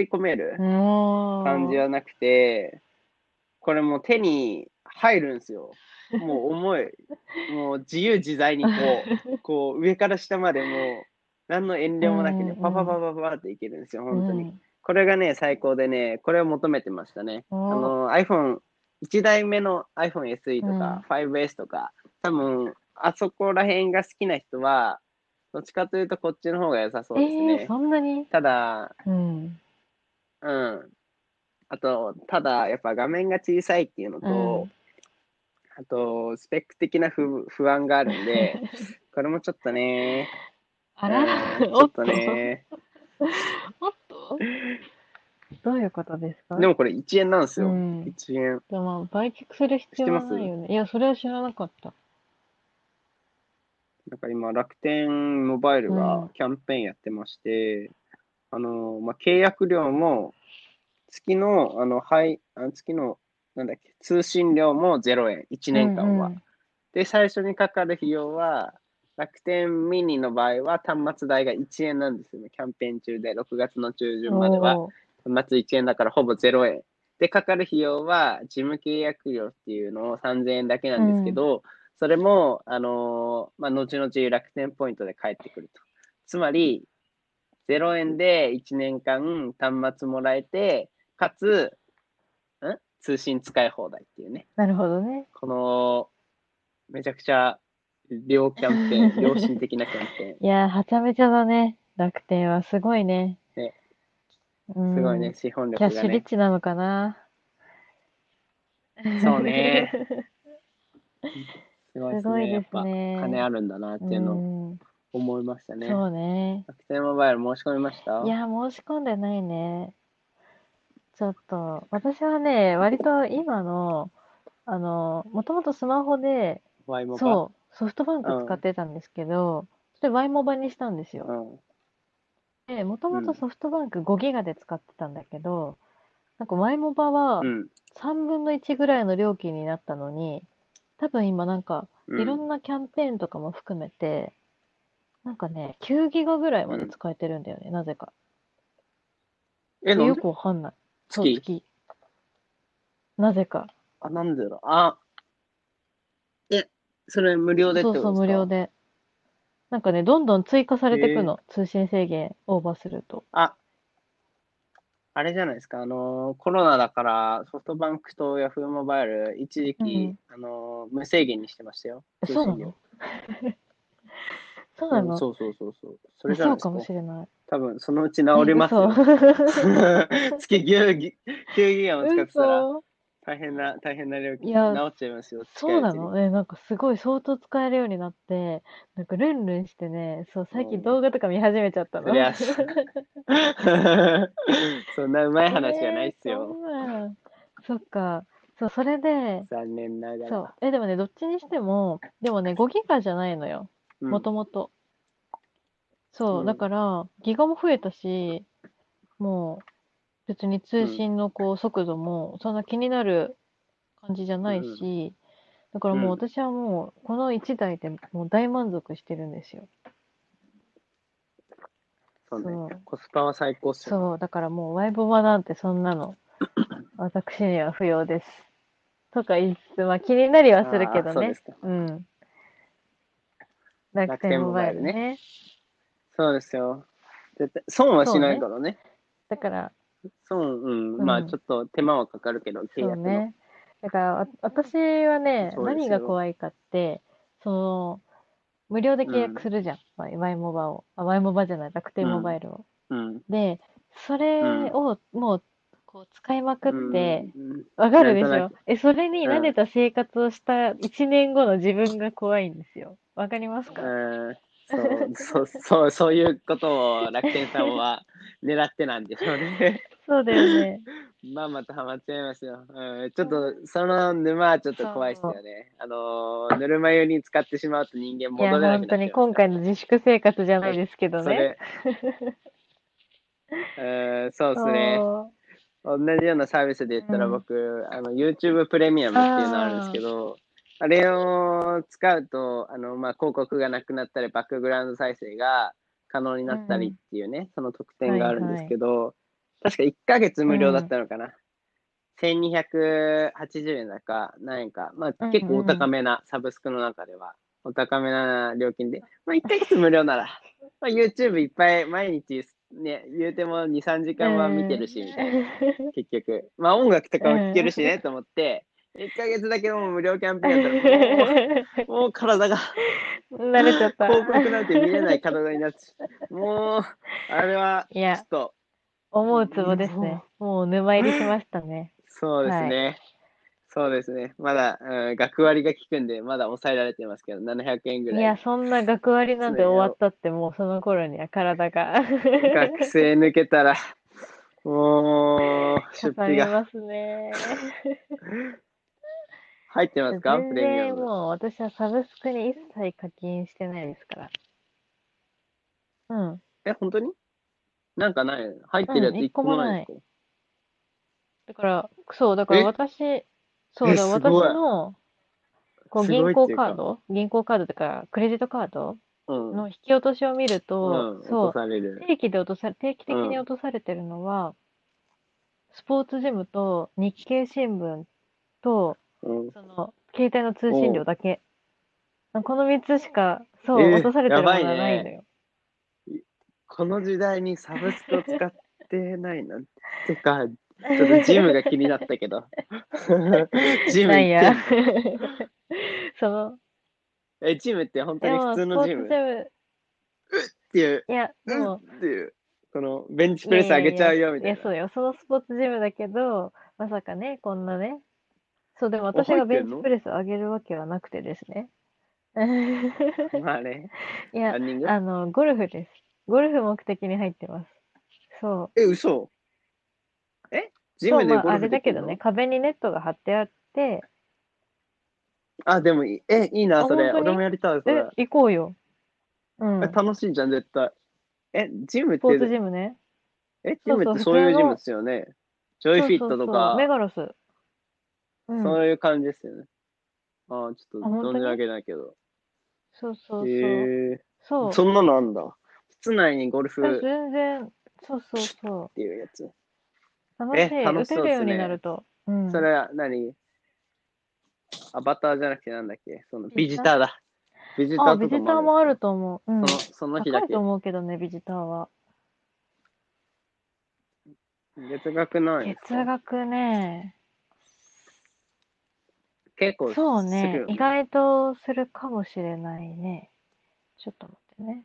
Speaker 1: 込める
Speaker 2: もう
Speaker 1: 感じはなくて、これもう手に入るんですよ。もう 重い。もう自由自在にこう、こう上から下までもう、何の遠慮もなく
Speaker 2: うんう
Speaker 1: ね、
Speaker 2: ん
Speaker 1: パパパパパっていけるんですよ、本当に
Speaker 2: う。ん
Speaker 1: これがね、最高でね、これを求めてましたね。あ
Speaker 2: おー
Speaker 1: の、iPhone、1台目の iPhone SE とか、5S とか、多分、あそこら辺が好きな人は、どっちかというとこっちの方が良さそうです
Speaker 2: え
Speaker 1: ね。
Speaker 2: ー、そんなに
Speaker 1: ただ、
Speaker 2: うん。
Speaker 1: うん。あと、ただ、やっぱ画面が小さいっていうのと、あと、スペック的な不不安があるん で、これもちょっとね、
Speaker 2: あ
Speaker 1: う
Speaker 2: ら、
Speaker 1: んち ょ
Speaker 2: お
Speaker 1: っ
Speaker 2: っと
Speaker 1: と、ね、
Speaker 2: おっと。どういうことですか
Speaker 1: でもこれ1円なんですよ。
Speaker 2: うん。
Speaker 1: 1円。
Speaker 2: でも、売却する必要は
Speaker 1: 知ってます
Speaker 2: ないよね。いや、それは知らなかった。
Speaker 1: なんか今、楽天モバイル
Speaker 2: う
Speaker 1: が
Speaker 2: ん
Speaker 1: キャンペーンやってまして、あの、まあ、契約料も、月の、あの、はい、あ月の、なんだっけ、通信料も0円、1年間は。
Speaker 2: うんうん
Speaker 1: で、最初にかかる費用は、楽天ミニの場合は端末代が1円なんですよね。キャンペーン中で、6月の中旬までは。
Speaker 2: おー
Speaker 1: 端末1円だからほぼ0円。で、かかる費用は、事務契約料っていうのを3000円だけなんですけど、それも、あのーまあ、後々楽天ポイントで返ってくると。つまり、0円で1年間端末もらえて、かつ、ん通信使い放題っていうね。
Speaker 2: なるほどね。
Speaker 1: この、めちゃくちゃ、両キャンペーン、良心的なキャンペ
Speaker 2: いやー、はちゃめちゃだね。楽天はすごいね。
Speaker 1: ね
Speaker 2: う
Speaker 1: ー
Speaker 2: ん。
Speaker 1: ン。すごいね、資本
Speaker 2: キャッ
Speaker 1: 力が
Speaker 2: シュ
Speaker 1: ね
Speaker 2: リッ。チなのかな。
Speaker 1: そうね。 すごいですす
Speaker 2: ご
Speaker 1: ね。
Speaker 2: い
Speaker 1: やっ
Speaker 2: です
Speaker 1: ぱ、
Speaker 2: ね。
Speaker 1: 金あるんだなっていうのを
Speaker 2: うん
Speaker 1: 思いましたね。
Speaker 2: そうね。
Speaker 1: 楽天モバイル申し込みました
Speaker 2: いや、申し込んでないね。ちょっと、私はね、割と今のあの、もともとスマホで、
Speaker 1: ワイモバ。
Speaker 2: そう、ソフトバンク
Speaker 1: うん
Speaker 2: 使ってたんですけど、それ Y モバにしたんですよ。
Speaker 1: ん。
Speaker 2: で、もとも
Speaker 1: うん
Speaker 2: とソフトバンク5ギガで使ってたんだけど、なんか Y モバは
Speaker 1: うん。
Speaker 2: 3分の1ぐらいの料金になったのに、多分今なんか
Speaker 1: うん
Speaker 2: いろんなキャンペーンとかも含めて、なんかね、9ギガぐらいまで使えてるんだよね、なぜか。
Speaker 1: え、なん
Speaker 2: よ
Speaker 1: で
Speaker 2: くわかんない。そう、
Speaker 1: 月
Speaker 2: 月。なぜか。
Speaker 1: あ、なんでだろう。あ、え、それ無料でって
Speaker 2: そ
Speaker 1: ことです
Speaker 2: う
Speaker 1: か
Speaker 2: そう、無料。で。なんかね、どんどん追加されてくの、通信制限オーバーすると。
Speaker 1: あ、あれじゃないですか。あのー、コロナだから、ソフトバンクとヤフーモバイル、一時期、あのー、無制限にしてましたよ。
Speaker 2: えそうな
Speaker 1: 通
Speaker 2: の
Speaker 1: 信料
Speaker 2: そうなの
Speaker 1: んそうそうそうそう。そ
Speaker 2: あ
Speaker 1: れじゃな
Speaker 2: そ
Speaker 1: いうですか
Speaker 2: かも。しれない。
Speaker 1: 多分、そのうち治りますよ。 月9ギ9ギガも使ってたら、
Speaker 2: 嘘。
Speaker 1: 大変な、大変な料金、
Speaker 2: い
Speaker 1: 治
Speaker 2: や
Speaker 1: っちゃいますよ。
Speaker 2: そうな
Speaker 1: 近いうちに
Speaker 2: のえ、なんかすごい相当使えるようになって、なんかルンルンしてね、そう、最
Speaker 1: う
Speaker 2: 近
Speaker 1: ん
Speaker 2: 動画とか見始めちゃった
Speaker 1: そ
Speaker 2: の。
Speaker 1: りゃそう そんなうまい話じゃないっす
Speaker 2: えーそ
Speaker 1: よ。
Speaker 2: んなそっか。そう、それで、
Speaker 1: 残念なが
Speaker 2: そ
Speaker 1: ら
Speaker 2: う。。え、でもね、どっちにしても、でもね、5ギガじゃないのよ。
Speaker 1: うん
Speaker 2: もともと。そうう、
Speaker 1: ん
Speaker 2: だから、ギガも増えたし、もう、別に通信のこう、速度も、そんな気になる感じじゃないし、だからもう
Speaker 1: うん
Speaker 2: 私はもう、この1台でもう大満足してるんですよ。
Speaker 1: そうね
Speaker 2: そう
Speaker 1: コスパは最高っすよ。
Speaker 2: そう、だからもう、ワイボバなんてそん なの、私には不要です。とか言いつつ、まあ気になりはするけ
Speaker 1: あー
Speaker 2: ど
Speaker 1: そうで
Speaker 2: ね
Speaker 1: すか。
Speaker 2: うん。楽天モバ
Speaker 1: 楽天モバイ
Speaker 2: イル
Speaker 1: ル
Speaker 2: ね。
Speaker 1: そうですよ。絶対損はしないからね。
Speaker 2: だから、
Speaker 1: 損、うん、
Speaker 2: うん
Speaker 1: まあちょっと手間はかかるけど、契
Speaker 2: そう
Speaker 1: 約の。
Speaker 2: ね。だから、あ私はね、
Speaker 1: そうですよ
Speaker 2: 何が怖いかって、その、無料で契約するじゃん。まあワイモバを。あ、ワイモバじゃない、楽天モバイルを。
Speaker 1: うん。
Speaker 2: で、それをもう、こう、使いまくって、
Speaker 1: うん
Speaker 2: わかるでし
Speaker 1: なん
Speaker 2: ょ
Speaker 1: と
Speaker 2: え、それに
Speaker 1: うん
Speaker 2: 慣れた生活をした1年後の自分が怖いんですよ。わかりますか
Speaker 1: うんそう、そう、そう、そういうことを楽天さんは狙ってなんでしょうね。
Speaker 2: そうだよね。
Speaker 1: まんまとハマっちゃいますよ。うん、ちょっと、その沼はちょっと怖いっすよね。あのー、ぬるま湯に使ってしまうと人間
Speaker 2: いや、
Speaker 1: 戻れなくなっち
Speaker 2: 本
Speaker 1: ゃいま
Speaker 2: 当
Speaker 1: す
Speaker 2: に
Speaker 1: から
Speaker 2: 今回の自粛生活じゃないですけど
Speaker 1: そ
Speaker 2: ね。
Speaker 1: れ。うん、そうですね。
Speaker 2: そう
Speaker 1: 同じようなサービスで言ったら
Speaker 2: うん
Speaker 1: 僕、あの YouTube プレミアムっていうのあるんですけど、あれを使うと、あの、まあ、広告がなくなったり、バックグラウンド再生が可能になったりっていうね、その特典があるんですけど、確か1ヶ月無料だったのかな。1280円だか、何円か。ま
Speaker 2: うん
Speaker 1: あ、
Speaker 2: うん
Speaker 1: 結構お高めな、サブスクの中では。お高めな料金で。まあ、1ヶ月無料なら。まあ、YouTube いっぱい毎日、ね、言うても2、3時間は見てるし、みたいな。 結局。まあ音楽とかも聴けるしね、と思って、1ヶ月だけもう無料キャンペーンやったらもう、も う体が、
Speaker 2: 慣れち ゃった。
Speaker 1: 広告なんて見れない体になって、もう、あれは、
Speaker 2: い
Speaker 1: ちょ
Speaker 2: や
Speaker 1: っ、と、
Speaker 2: 思うツボですね。 もう沼入りしましたね。
Speaker 1: そうですね。そうですね。まだ、うん、学割が効くんで、まだ抑えられてますけど、700円ぐ
Speaker 2: い
Speaker 1: らい。
Speaker 2: や、そんな学割なんて終わったって、もうその頃には体が
Speaker 1: 学生抜けたら、もう、出
Speaker 2: かさ
Speaker 1: 費
Speaker 2: み
Speaker 1: が
Speaker 2: ますね。
Speaker 1: 入ってますか
Speaker 2: 全
Speaker 1: プレミア
Speaker 2: 然
Speaker 1: ム。
Speaker 2: もう私はサブスクに一切課金してないですから。うん。
Speaker 1: え、本当になんかない入ってるやつ
Speaker 2: うん
Speaker 1: 1個もないですか、
Speaker 2: だから、そう、だから
Speaker 1: え
Speaker 2: 私、そうだ、
Speaker 1: えす
Speaker 2: 私
Speaker 1: ごい
Speaker 2: の、こう
Speaker 1: すごい
Speaker 2: 銀
Speaker 1: っていう
Speaker 2: 行
Speaker 1: か
Speaker 2: カード銀行カードとか、クレジットカード
Speaker 1: うん。
Speaker 2: の引き落としを見る
Speaker 1: うん
Speaker 2: と、、
Speaker 1: 落
Speaker 2: そう
Speaker 1: と、される。
Speaker 2: 定期で落とさ、定期的
Speaker 1: うん
Speaker 2: に落とされてるのは、スポーツジムと日経新聞と、
Speaker 1: うん
Speaker 2: その、携帯の通信料だけ。この3つしか、そう、
Speaker 1: えー
Speaker 2: 落とされてるものは
Speaker 1: やばいね
Speaker 2: ないのよ。
Speaker 1: この時代にサブスクを使ってないなんて。て か、ちょっとジムが気になったけど。ジム
Speaker 2: な
Speaker 1: 行っ
Speaker 2: んや
Speaker 1: て。。
Speaker 2: その、
Speaker 1: え、ジムって本当
Speaker 2: で
Speaker 1: に
Speaker 2: も
Speaker 1: 普通
Speaker 2: スポ
Speaker 1: の
Speaker 2: ー
Speaker 1: ジ
Speaker 2: ツ
Speaker 1: ム
Speaker 2: ジ
Speaker 1: っ
Speaker 2: ム、
Speaker 1: ていう、
Speaker 2: いや、で
Speaker 1: うん
Speaker 2: も、
Speaker 1: っていう、このベンチプレス上げちゃうよみたい
Speaker 2: や
Speaker 1: な。
Speaker 2: そうよ。そのスポーツジムだけど、まさかね、こんなね。そう、でも私
Speaker 1: 入
Speaker 2: が
Speaker 1: っ
Speaker 2: ベ
Speaker 1: て
Speaker 2: ン
Speaker 1: ん
Speaker 2: チ
Speaker 1: の
Speaker 2: プレスを上げるわけはなくてですね。
Speaker 1: まあね、
Speaker 2: いや
Speaker 1: ラ、ンニング
Speaker 2: あの、ゴルフです。ゴルフ目的に入ってます。そう。
Speaker 1: え、嘘えジ
Speaker 2: そう、
Speaker 1: ムで
Speaker 2: まあ、
Speaker 1: ゴ
Speaker 2: あ
Speaker 1: ル
Speaker 2: れ
Speaker 1: フ
Speaker 2: だ
Speaker 1: でき
Speaker 2: け
Speaker 1: る
Speaker 2: ど
Speaker 1: の
Speaker 2: ね、壁にネットが張ってあって、
Speaker 1: あ、でもいい。え、いいな、
Speaker 2: あ
Speaker 1: それ。
Speaker 2: 本当に
Speaker 1: 俺もやりたい、それ。
Speaker 2: え、行こうよ。うん。
Speaker 1: え楽しいじゃん、絶対。え、ジムっ
Speaker 2: スポーツ
Speaker 1: て、
Speaker 2: ジムね。
Speaker 1: え、ジ
Speaker 2: そうそ
Speaker 1: ム
Speaker 2: う
Speaker 1: ってそういう
Speaker 2: 普通の
Speaker 1: ジムですよね。ジョイフィットと
Speaker 2: そうそうそうメ
Speaker 1: か、
Speaker 2: ガロス。うん。
Speaker 1: そういう感じですよね。あーちょっと
Speaker 2: あ本当
Speaker 1: 存
Speaker 2: に
Speaker 1: じ上げないけど。
Speaker 2: そうそうそう。
Speaker 1: へ
Speaker 2: そ
Speaker 1: え。
Speaker 2: う。
Speaker 1: そんなのあんだ。室内にゴルフ
Speaker 2: 私
Speaker 1: っ
Speaker 2: 全然、そうそうそう。
Speaker 1: ていうやつ。
Speaker 2: 楽
Speaker 1: え
Speaker 2: しい。
Speaker 1: 楽
Speaker 2: 打
Speaker 1: しそ
Speaker 2: て
Speaker 1: う
Speaker 2: る
Speaker 1: っ
Speaker 2: よ
Speaker 1: すね
Speaker 2: うになると。うん。
Speaker 1: それは何アバターじゃなくてなんだっけそのビジターだ。ビジタ
Speaker 2: あ、
Speaker 1: ー
Speaker 2: ビ
Speaker 1: と
Speaker 2: ジ
Speaker 1: か
Speaker 2: ターもあると思
Speaker 1: あ
Speaker 2: う。う
Speaker 1: るん。
Speaker 2: ん
Speaker 1: ですかそのその日だ
Speaker 2: 高い
Speaker 1: け
Speaker 2: と。思うけどね、ビジターは。
Speaker 1: 月額なんですか
Speaker 2: 月額ね、
Speaker 1: 結構
Speaker 2: そう
Speaker 1: する
Speaker 2: ね
Speaker 1: よ、
Speaker 2: 意外とするかもしれないね。ちょっと待ってね。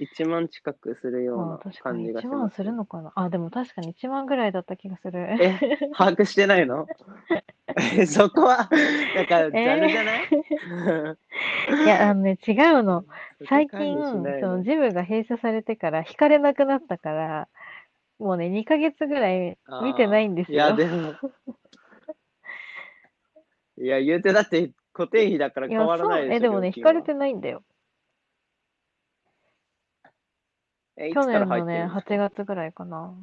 Speaker 1: 1万近くするよ
Speaker 2: まあ
Speaker 1: うな
Speaker 2: 確か
Speaker 1: 感
Speaker 2: に
Speaker 1: じがし
Speaker 2: 1
Speaker 1: ま
Speaker 2: 万
Speaker 1: す。
Speaker 2: するのかな。あ、でも確かに1万ぐらいだった気がする。
Speaker 1: え、把握してない のえそこは、だから、ジャンルじゃない、
Speaker 2: いや、あのね、違うの。 最
Speaker 1: そ
Speaker 2: 近、
Speaker 1: こ管理しない
Speaker 2: そ
Speaker 1: の
Speaker 2: のジムが閉鎖されてから、引かれなくなったから、もうね、2ヶ月ぐらい見てないんです
Speaker 1: あー
Speaker 2: よ
Speaker 1: いや、。でも。いや、言うてだって固定費だから
Speaker 2: い
Speaker 1: 変
Speaker 2: や、
Speaker 1: わらない
Speaker 2: そう、
Speaker 1: でしょ。
Speaker 2: え、でもね、
Speaker 1: 料金
Speaker 2: 引
Speaker 1: は
Speaker 2: かれてないんだよ。
Speaker 1: え、いつ
Speaker 2: 去
Speaker 1: から入ってる
Speaker 2: 年のね、
Speaker 1: んですか
Speaker 2: 8月ぐらいかな。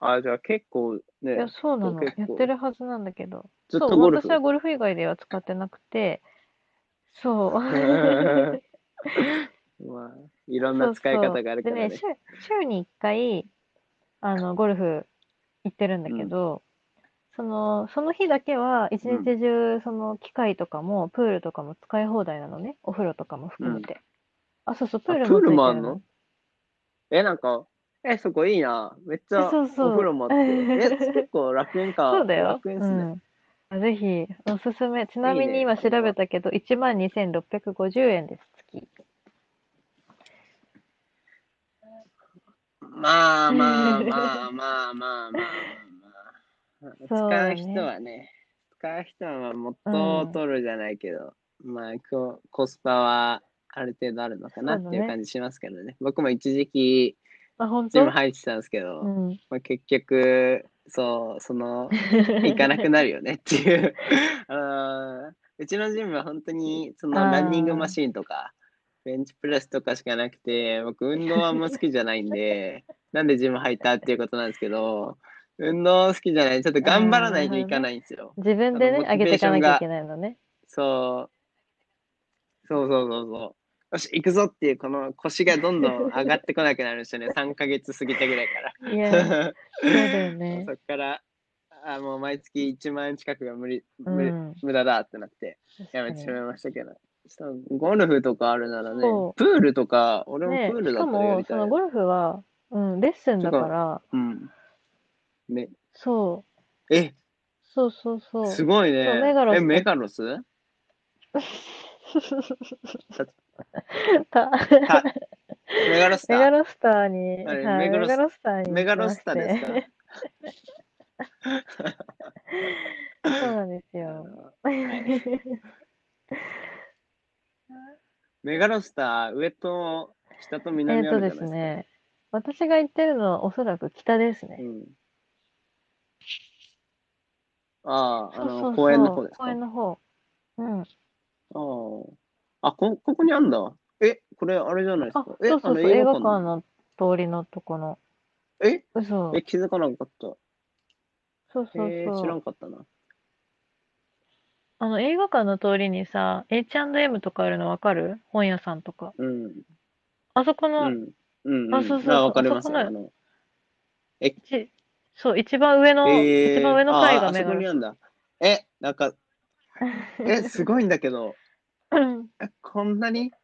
Speaker 1: あ、じゃあ結構ね
Speaker 2: いや、、そうなの。
Speaker 1: 結構
Speaker 2: やってるはずなんだけど。
Speaker 1: ずっ
Speaker 2: そ
Speaker 1: と
Speaker 2: う、
Speaker 1: ゴルフ
Speaker 2: 私。はゴルフ以外では使ってなくて、 そう。
Speaker 1: まあ、いろん
Speaker 2: そ
Speaker 1: な
Speaker 2: う
Speaker 1: 使い
Speaker 2: そう
Speaker 1: 方があるか
Speaker 2: で
Speaker 1: ら
Speaker 2: ね、
Speaker 1: ね。
Speaker 2: 週、週に1回、あの、ゴルフ行ってるんだけど、その、その日だけは、一
Speaker 1: うん
Speaker 2: 日中、その機械とかも、プールとかも使い放題なのね。お風呂とかも含めて。あ、そうそう、プ
Speaker 1: あ
Speaker 2: ール
Speaker 1: プー
Speaker 2: もつい
Speaker 1: ル
Speaker 2: て
Speaker 1: もあ
Speaker 2: る
Speaker 1: ん
Speaker 2: の。
Speaker 1: のえ、なんか、え、そこいいな。めっちゃ
Speaker 2: えそうそう
Speaker 1: お風呂もあって。え、結構楽園か。
Speaker 2: そうだよ。
Speaker 1: 楽園っすね。
Speaker 2: うんあ。ぜひ、おすすめ。ちなみ
Speaker 1: いいね
Speaker 2: に今調べたけど、12,650円です、月。
Speaker 1: まあまあまあまあまあまあまあまあ。
Speaker 2: そ
Speaker 1: 使
Speaker 2: うだ
Speaker 1: う
Speaker 2: ね
Speaker 1: 人はね、使う人はまあ元を取るじゃないけど、まあこコスパはある程度あるのかなっていう感じしますけどね。僕も一時期
Speaker 2: あ、本
Speaker 1: ジ
Speaker 2: 当
Speaker 1: ム入ってたんですけど、
Speaker 2: うん。
Speaker 1: まあ、結局、そう、そ の、行かなくなるよねっていう。 あーうちのジムは本当に、その
Speaker 2: あー
Speaker 1: ランニングマシーンとか、ベンチプレスとかしかなくて、僕、運動はあんま好きじゃないん で、なんでジム入ったっていうことなんですけど、運動好きじゃない、ちょっと頑張らないといかないんですよ。
Speaker 2: 自分でね、
Speaker 1: あの
Speaker 2: 上げていかなきゃいけないのね。
Speaker 1: そう。そうそうそうそう。よし、行くぞっていう、この腰がどんどん上がってこなくなるんですよ ね。3ヶ月過ぎたぐらいから。
Speaker 2: いや、そうだよね
Speaker 1: そ。っから、あもう毎月1万円近くが無理、
Speaker 2: う
Speaker 1: 無理
Speaker 2: ん。
Speaker 1: 無駄だってなって、
Speaker 2: 確
Speaker 1: やめ
Speaker 2: か
Speaker 1: て
Speaker 2: に
Speaker 1: しまいましたけど。ちょっとゴルフとかあるならね
Speaker 2: そ、
Speaker 1: プールとか、俺も
Speaker 2: ね
Speaker 1: プー
Speaker 2: し
Speaker 1: ルだっ
Speaker 2: か
Speaker 1: たらや
Speaker 2: も、
Speaker 1: りた
Speaker 2: そ
Speaker 1: いな。
Speaker 2: のゴルフは、うん、レッスンだから、
Speaker 1: うん。ね、
Speaker 2: そ
Speaker 1: え、
Speaker 2: う、そうそうそう。
Speaker 1: すごい
Speaker 2: そう
Speaker 1: ね。
Speaker 2: メガロス
Speaker 1: え、メガロス
Speaker 2: た
Speaker 1: たメガロスタ
Speaker 2: メガロスターに、
Speaker 1: あれ
Speaker 2: はい、
Speaker 1: メガロス
Speaker 2: メガロスターに
Speaker 1: メガロスタ
Speaker 2: 行きま
Speaker 1: です
Speaker 2: して
Speaker 1: か
Speaker 2: そうなんですよ。
Speaker 1: はいメガロスター、上と北と
Speaker 2: えっ
Speaker 1: 南あ
Speaker 2: と
Speaker 1: るじゃないで
Speaker 2: で
Speaker 1: すすか。
Speaker 2: ね、私が行ってるのはおそらく北ですね。
Speaker 1: うん。ああ、あ
Speaker 2: そうそう
Speaker 1: の、
Speaker 2: そう
Speaker 1: 公園の方ですか。
Speaker 2: 公園の方。うん。
Speaker 1: ああ。あ、こ、ここにあんだ。え、これ、あれじゃないです
Speaker 2: あ
Speaker 1: か。、え、
Speaker 2: そう
Speaker 1: あ
Speaker 2: そう
Speaker 1: の、
Speaker 2: そう、
Speaker 1: 映
Speaker 2: 映
Speaker 1: 画
Speaker 2: 画
Speaker 1: 館
Speaker 2: 館
Speaker 1: なの
Speaker 2: の通りのとこの。
Speaker 1: え
Speaker 2: 嘘。
Speaker 1: え、気づかなかった。
Speaker 2: そうそう
Speaker 1: えー
Speaker 2: そう。
Speaker 1: 知らんかったな。
Speaker 2: あの、映画館の通りにさ、H&M とかあるのわかる本屋さんとか。
Speaker 1: うん。
Speaker 2: あそこ
Speaker 1: う
Speaker 2: の、
Speaker 1: ん。うん。
Speaker 2: あそうそうそう
Speaker 1: あ、わかりますよ。
Speaker 2: あそ
Speaker 1: あ
Speaker 2: こ
Speaker 1: の、
Speaker 2: ち、そう、一番上の、
Speaker 1: えー
Speaker 2: 一番上の階
Speaker 1: あ
Speaker 2: が
Speaker 1: あ
Speaker 2: メ
Speaker 1: そこ
Speaker 2: ガ
Speaker 1: に
Speaker 2: ロ
Speaker 1: あんだ。え、なんか、 え、すごいんだけど、
Speaker 2: ス。
Speaker 1: えこんなにちょ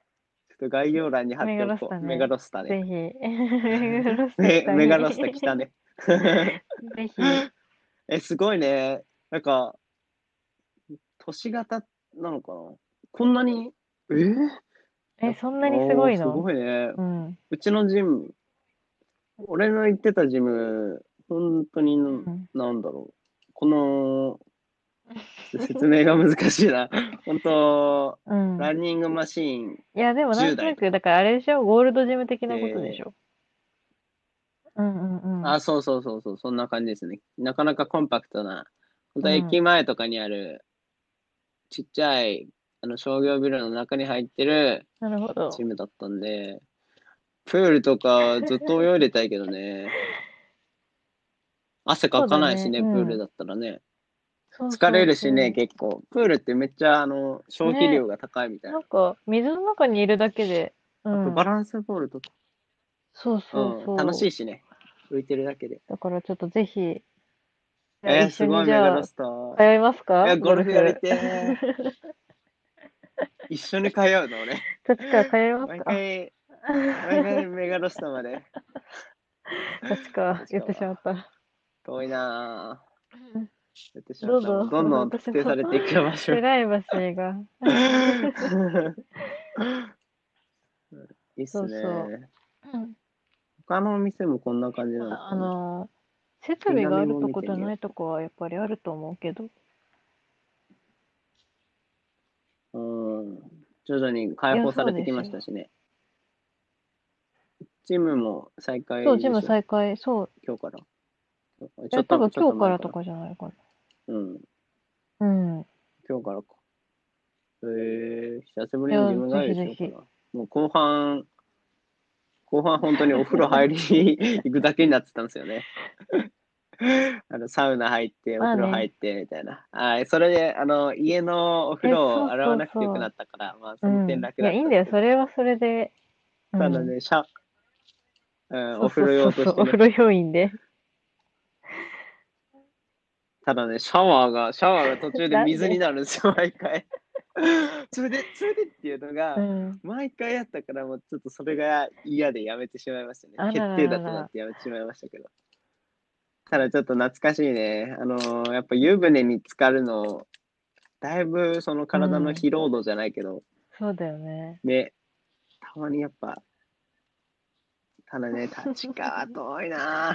Speaker 1: っと概要欄に貼っておこう。メ
Speaker 2: メ
Speaker 1: ガ
Speaker 2: ガ
Speaker 1: ロスタね。
Speaker 2: ぜひ、メガ ロス
Speaker 1: メ
Speaker 2: タ
Speaker 1: メガロスタ
Speaker 2: に
Speaker 1: 来たね。
Speaker 2: ぜひ。
Speaker 1: え、すごいね。なんか、都市型なのかなこんなに、えー、
Speaker 2: え、そんなにすごい
Speaker 1: おーす
Speaker 2: の
Speaker 1: ごいね。
Speaker 2: うん。
Speaker 1: うちのジム、俺の行ってたジム、本当に、
Speaker 2: ん
Speaker 1: なんだろう。この、説明が難しい な。本当、
Speaker 2: うん。
Speaker 1: ランニングマシーン、
Speaker 2: いや、でもなんとなく、だからあれでしょゴールドジム的なことでしょうんうんうん。
Speaker 1: あ、そうそうそうそう、そんな感じですね。なかなかコンパクトな、本当駅前とかにある、ちっちゃい、あの、商業ビルの中に入ってる
Speaker 2: なるほど。
Speaker 1: チームだったんで、プールとかずっと泳いでたいけど ね。汗かかないしね、
Speaker 2: そうだねうん
Speaker 1: プールだったらね。
Speaker 2: そうそう
Speaker 1: 疲れるしね、
Speaker 2: そう
Speaker 1: 結構。プールってめっちゃ、あの、消費量が高いみたいな
Speaker 2: なんか、水の中にいるだけで、う。
Speaker 1: あと
Speaker 2: ん
Speaker 1: バ。ランスボールとか、
Speaker 2: そうそう
Speaker 1: う
Speaker 2: そ
Speaker 1: ん、
Speaker 2: う。
Speaker 1: 楽しいしね。浮いてるだけで。
Speaker 2: だからちょっとぜひ、え
Speaker 1: えー、
Speaker 2: 一
Speaker 1: す
Speaker 2: 緒
Speaker 1: ご
Speaker 2: に
Speaker 1: い
Speaker 2: じ
Speaker 1: メガ
Speaker 2: ゃあ
Speaker 1: ロ、スター。
Speaker 2: 通いますか
Speaker 1: いや、ゴルフやりて
Speaker 2: ゴルフ
Speaker 1: え。一緒に通うの俺。
Speaker 2: そっちから通います
Speaker 1: 毎
Speaker 2: か
Speaker 1: 回、毎回メガロスターまで。
Speaker 2: 確か、言ってしまった。
Speaker 1: 遠いなぁ。やってしま
Speaker 2: どう
Speaker 1: った
Speaker 2: ぞ
Speaker 1: どんどん特定されていきましょ
Speaker 2: プ
Speaker 1: う。
Speaker 2: ライバシーが。
Speaker 1: いいっす
Speaker 2: そう
Speaker 1: ね。
Speaker 2: そう
Speaker 1: 他のお店もこんな感じなの
Speaker 2: あの、設備があるとことないとこはやっぱりあると思うけど、
Speaker 1: うん、徐々に解放されてきましたしね。ジムも再開
Speaker 2: そう、ジム
Speaker 1: でしょ
Speaker 2: 再開、そう、
Speaker 1: 今日から。
Speaker 2: え、多分
Speaker 1: ちょっ
Speaker 2: 今日から
Speaker 1: 前
Speaker 2: と。かじゃないか
Speaker 1: うん、
Speaker 2: な。うん。
Speaker 1: 今日からか。えー、久しぶりにジム帰りしよう
Speaker 2: いやぜひぜ
Speaker 1: かな。もう後半、後半本当にお風呂入り に行くだけになってたんですよね。 あのサウナ入って、お
Speaker 2: まあ
Speaker 1: 風
Speaker 2: ね
Speaker 1: 呂入ってみたいな。あーそれであの家のお風呂を洗わなくてよくなったから、まあ、その
Speaker 2: うん。
Speaker 1: 点
Speaker 2: い
Speaker 1: 楽だ
Speaker 2: や、
Speaker 1: った
Speaker 2: いいん
Speaker 1: ん
Speaker 2: だ
Speaker 1: で
Speaker 2: よ
Speaker 1: す、けど
Speaker 2: それはそれで。うん
Speaker 1: ただね、シャ、うん、
Speaker 2: そう
Speaker 1: お風呂用と
Speaker 2: そう
Speaker 1: し
Speaker 2: そう
Speaker 1: て、
Speaker 2: お
Speaker 1: ね、
Speaker 2: 風呂用品で。
Speaker 1: ただね、シャワーが、シャワーが途中で水になるんですよ、毎回。 それで、それでっていうのが、
Speaker 2: うん。
Speaker 1: 毎回やったから、もうちょっとそれが嫌でやめてしまいましたね。
Speaker 2: あらららら
Speaker 1: 決定だとなってやめてしまいましたけど。ただちょっと懐かしいね。あのーやっぱ湯船に浸かるの、だいぶその体の疲労度じゃないけど、
Speaker 2: そうだよね。
Speaker 1: ね、たまにやっぱ、ただね、立川遠いな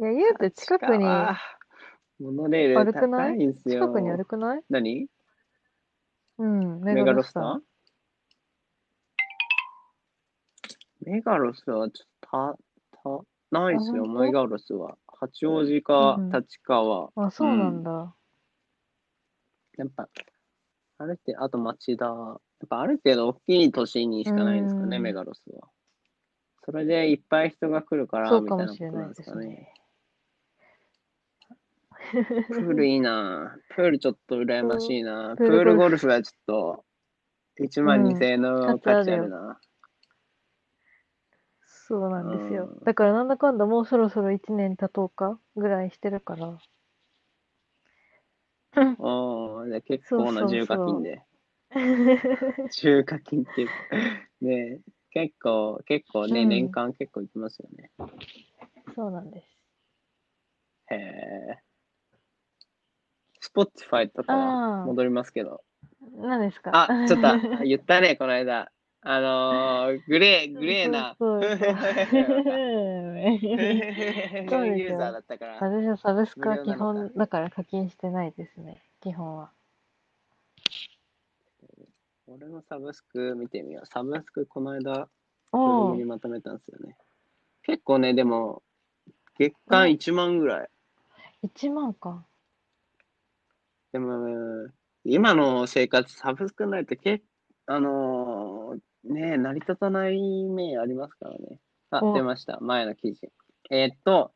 Speaker 1: ぁ。
Speaker 2: いや、ゆうと近くに、
Speaker 1: あーモノレール
Speaker 2: 悪くな
Speaker 1: 高
Speaker 2: い
Speaker 1: いんすよ。
Speaker 2: 近くに悪くない
Speaker 1: 何
Speaker 2: うん、メ
Speaker 1: メ
Speaker 2: ガ
Speaker 1: ガ
Speaker 2: ロ
Speaker 1: ロ
Speaker 2: ス
Speaker 1: ス
Speaker 2: タ
Speaker 1: タ
Speaker 2: ー
Speaker 1: ーメガロスはちょっとた、た、ないですよ、
Speaker 2: あ本当
Speaker 1: メガロスは。八王子か
Speaker 2: うんうん
Speaker 1: 立川。
Speaker 2: あ、そうなんだ。
Speaker 1: やっぱ、ある程度、あと町田。やっぱある程度大きい都市にしかないんですかね、
Speaker 2: うん
Speaker 1: メガロスは。それでいっぱい人が来るから、
Speaker 2: そう
Speaker 1: み
Speaker 2: か
Speaker 1: たい
Speaker 2: も
Speaker 1: なこ
Speaker 2: し
Speaker 1: と
Speaker 2: れ
Speaker 1: な
Speaker 2: なん
Speaker 1: で
Speaker 2: いですす
Speaker 1: かね。
Speaker 2: ね。
Speaker 1: プールいいなぁ。プールちょっと羨ましいなぁ。
Speaker 2: プ
Speaker 1: プ
Speaker 2: ール
Speaker 1: ールゴルフはちょっと1万2000円の価値 あるな。
Speaker 2: そうなんですよ
Speaker 1: う。ん
Speaker 2: だからなんだかんだもうそろそろ1年経とうかぐらいしてるから。
Speaker 1: おお、じゃあ結構な重課金 で。重課金っていうか。ねえ結構、結構ね、
Speaker 2: うん
Speaker 1: 年間結構いきますよね。
Speaker 2: そうなんです。
Speaker 1: へえ。スポティファイとか
Speaker 2: あー
Speaker 1: は戻りますけど。
Speaker 2: 何ですか
Speaker 1: あ、ちょっとあ言ったね、この間。あのー、グレー、グレーな。
Speaker 2: そう そうそうそうですよ
Speaker 1: ユーザーだったから。
Speaker 2: 私はサブスクは
Speaker 1: 無料
Speaker 2: 基
Speaker 1: なのか
Speaker 2: 本だから課金してないですね。基本は。
Speaker 1: 俺のサブスク見てみよう。サブスクこの間、ブロ
Speaker 2: お
Speaker 1: グに
Speaker 2: ー
Speaker 1: まとめたんですよね。結構ね、でも、月間1万ぐらい。
Speaker 2: 1万か。
Speaker 1: でも、今の生活、サブスクないとけ、あのーね、成り立たない面ありますからね。あ、
Speaker 2: お
Speaker 1: 出ました。前の記事。えーっと、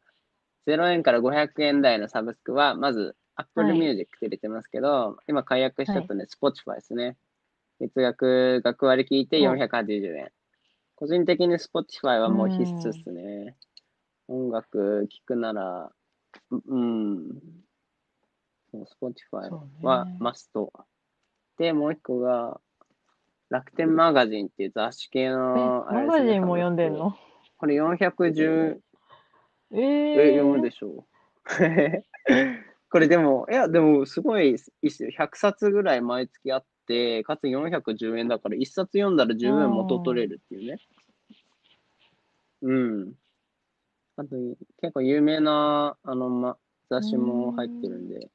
Speaker 1: 0円から500円台のサブスクは、まず、
Speaker 2: は
Speaker 1: Apple
Speaker 2: い
Speaker 1: Music って入れてますけど、今解約しちゃったんで、Spotify ですね。月額、学割聞いて
Speaker 2: お
Speaker 1: 480円。個人的に Spotify はもう必須っすね。音楽聴くなら、ううん。そう Spotify
Speaker 2: そうね
Speaker 1: はマスト。で、もう一個が、楽天マガジンっていう雑誌系
Speaker 2: え、
Speaker 1: の、
Speaker 2: マ
Speaker 1: れ
Speaker 2: ガ
Speaker 1: ですね
Speaker 2: ジンも読んでんの
Speaker 1: これ410、
Speaker 2: えー
Speaker 1: え、読むでしょう。 これでも、いや、でもすごいいいっすよ。100冊ぐらい毎月あって、かつ410円だから、1冊読んだら十分元取れるっていうね。うん。あと、結構有名な、あの、ま、雑誌も入ってるんで、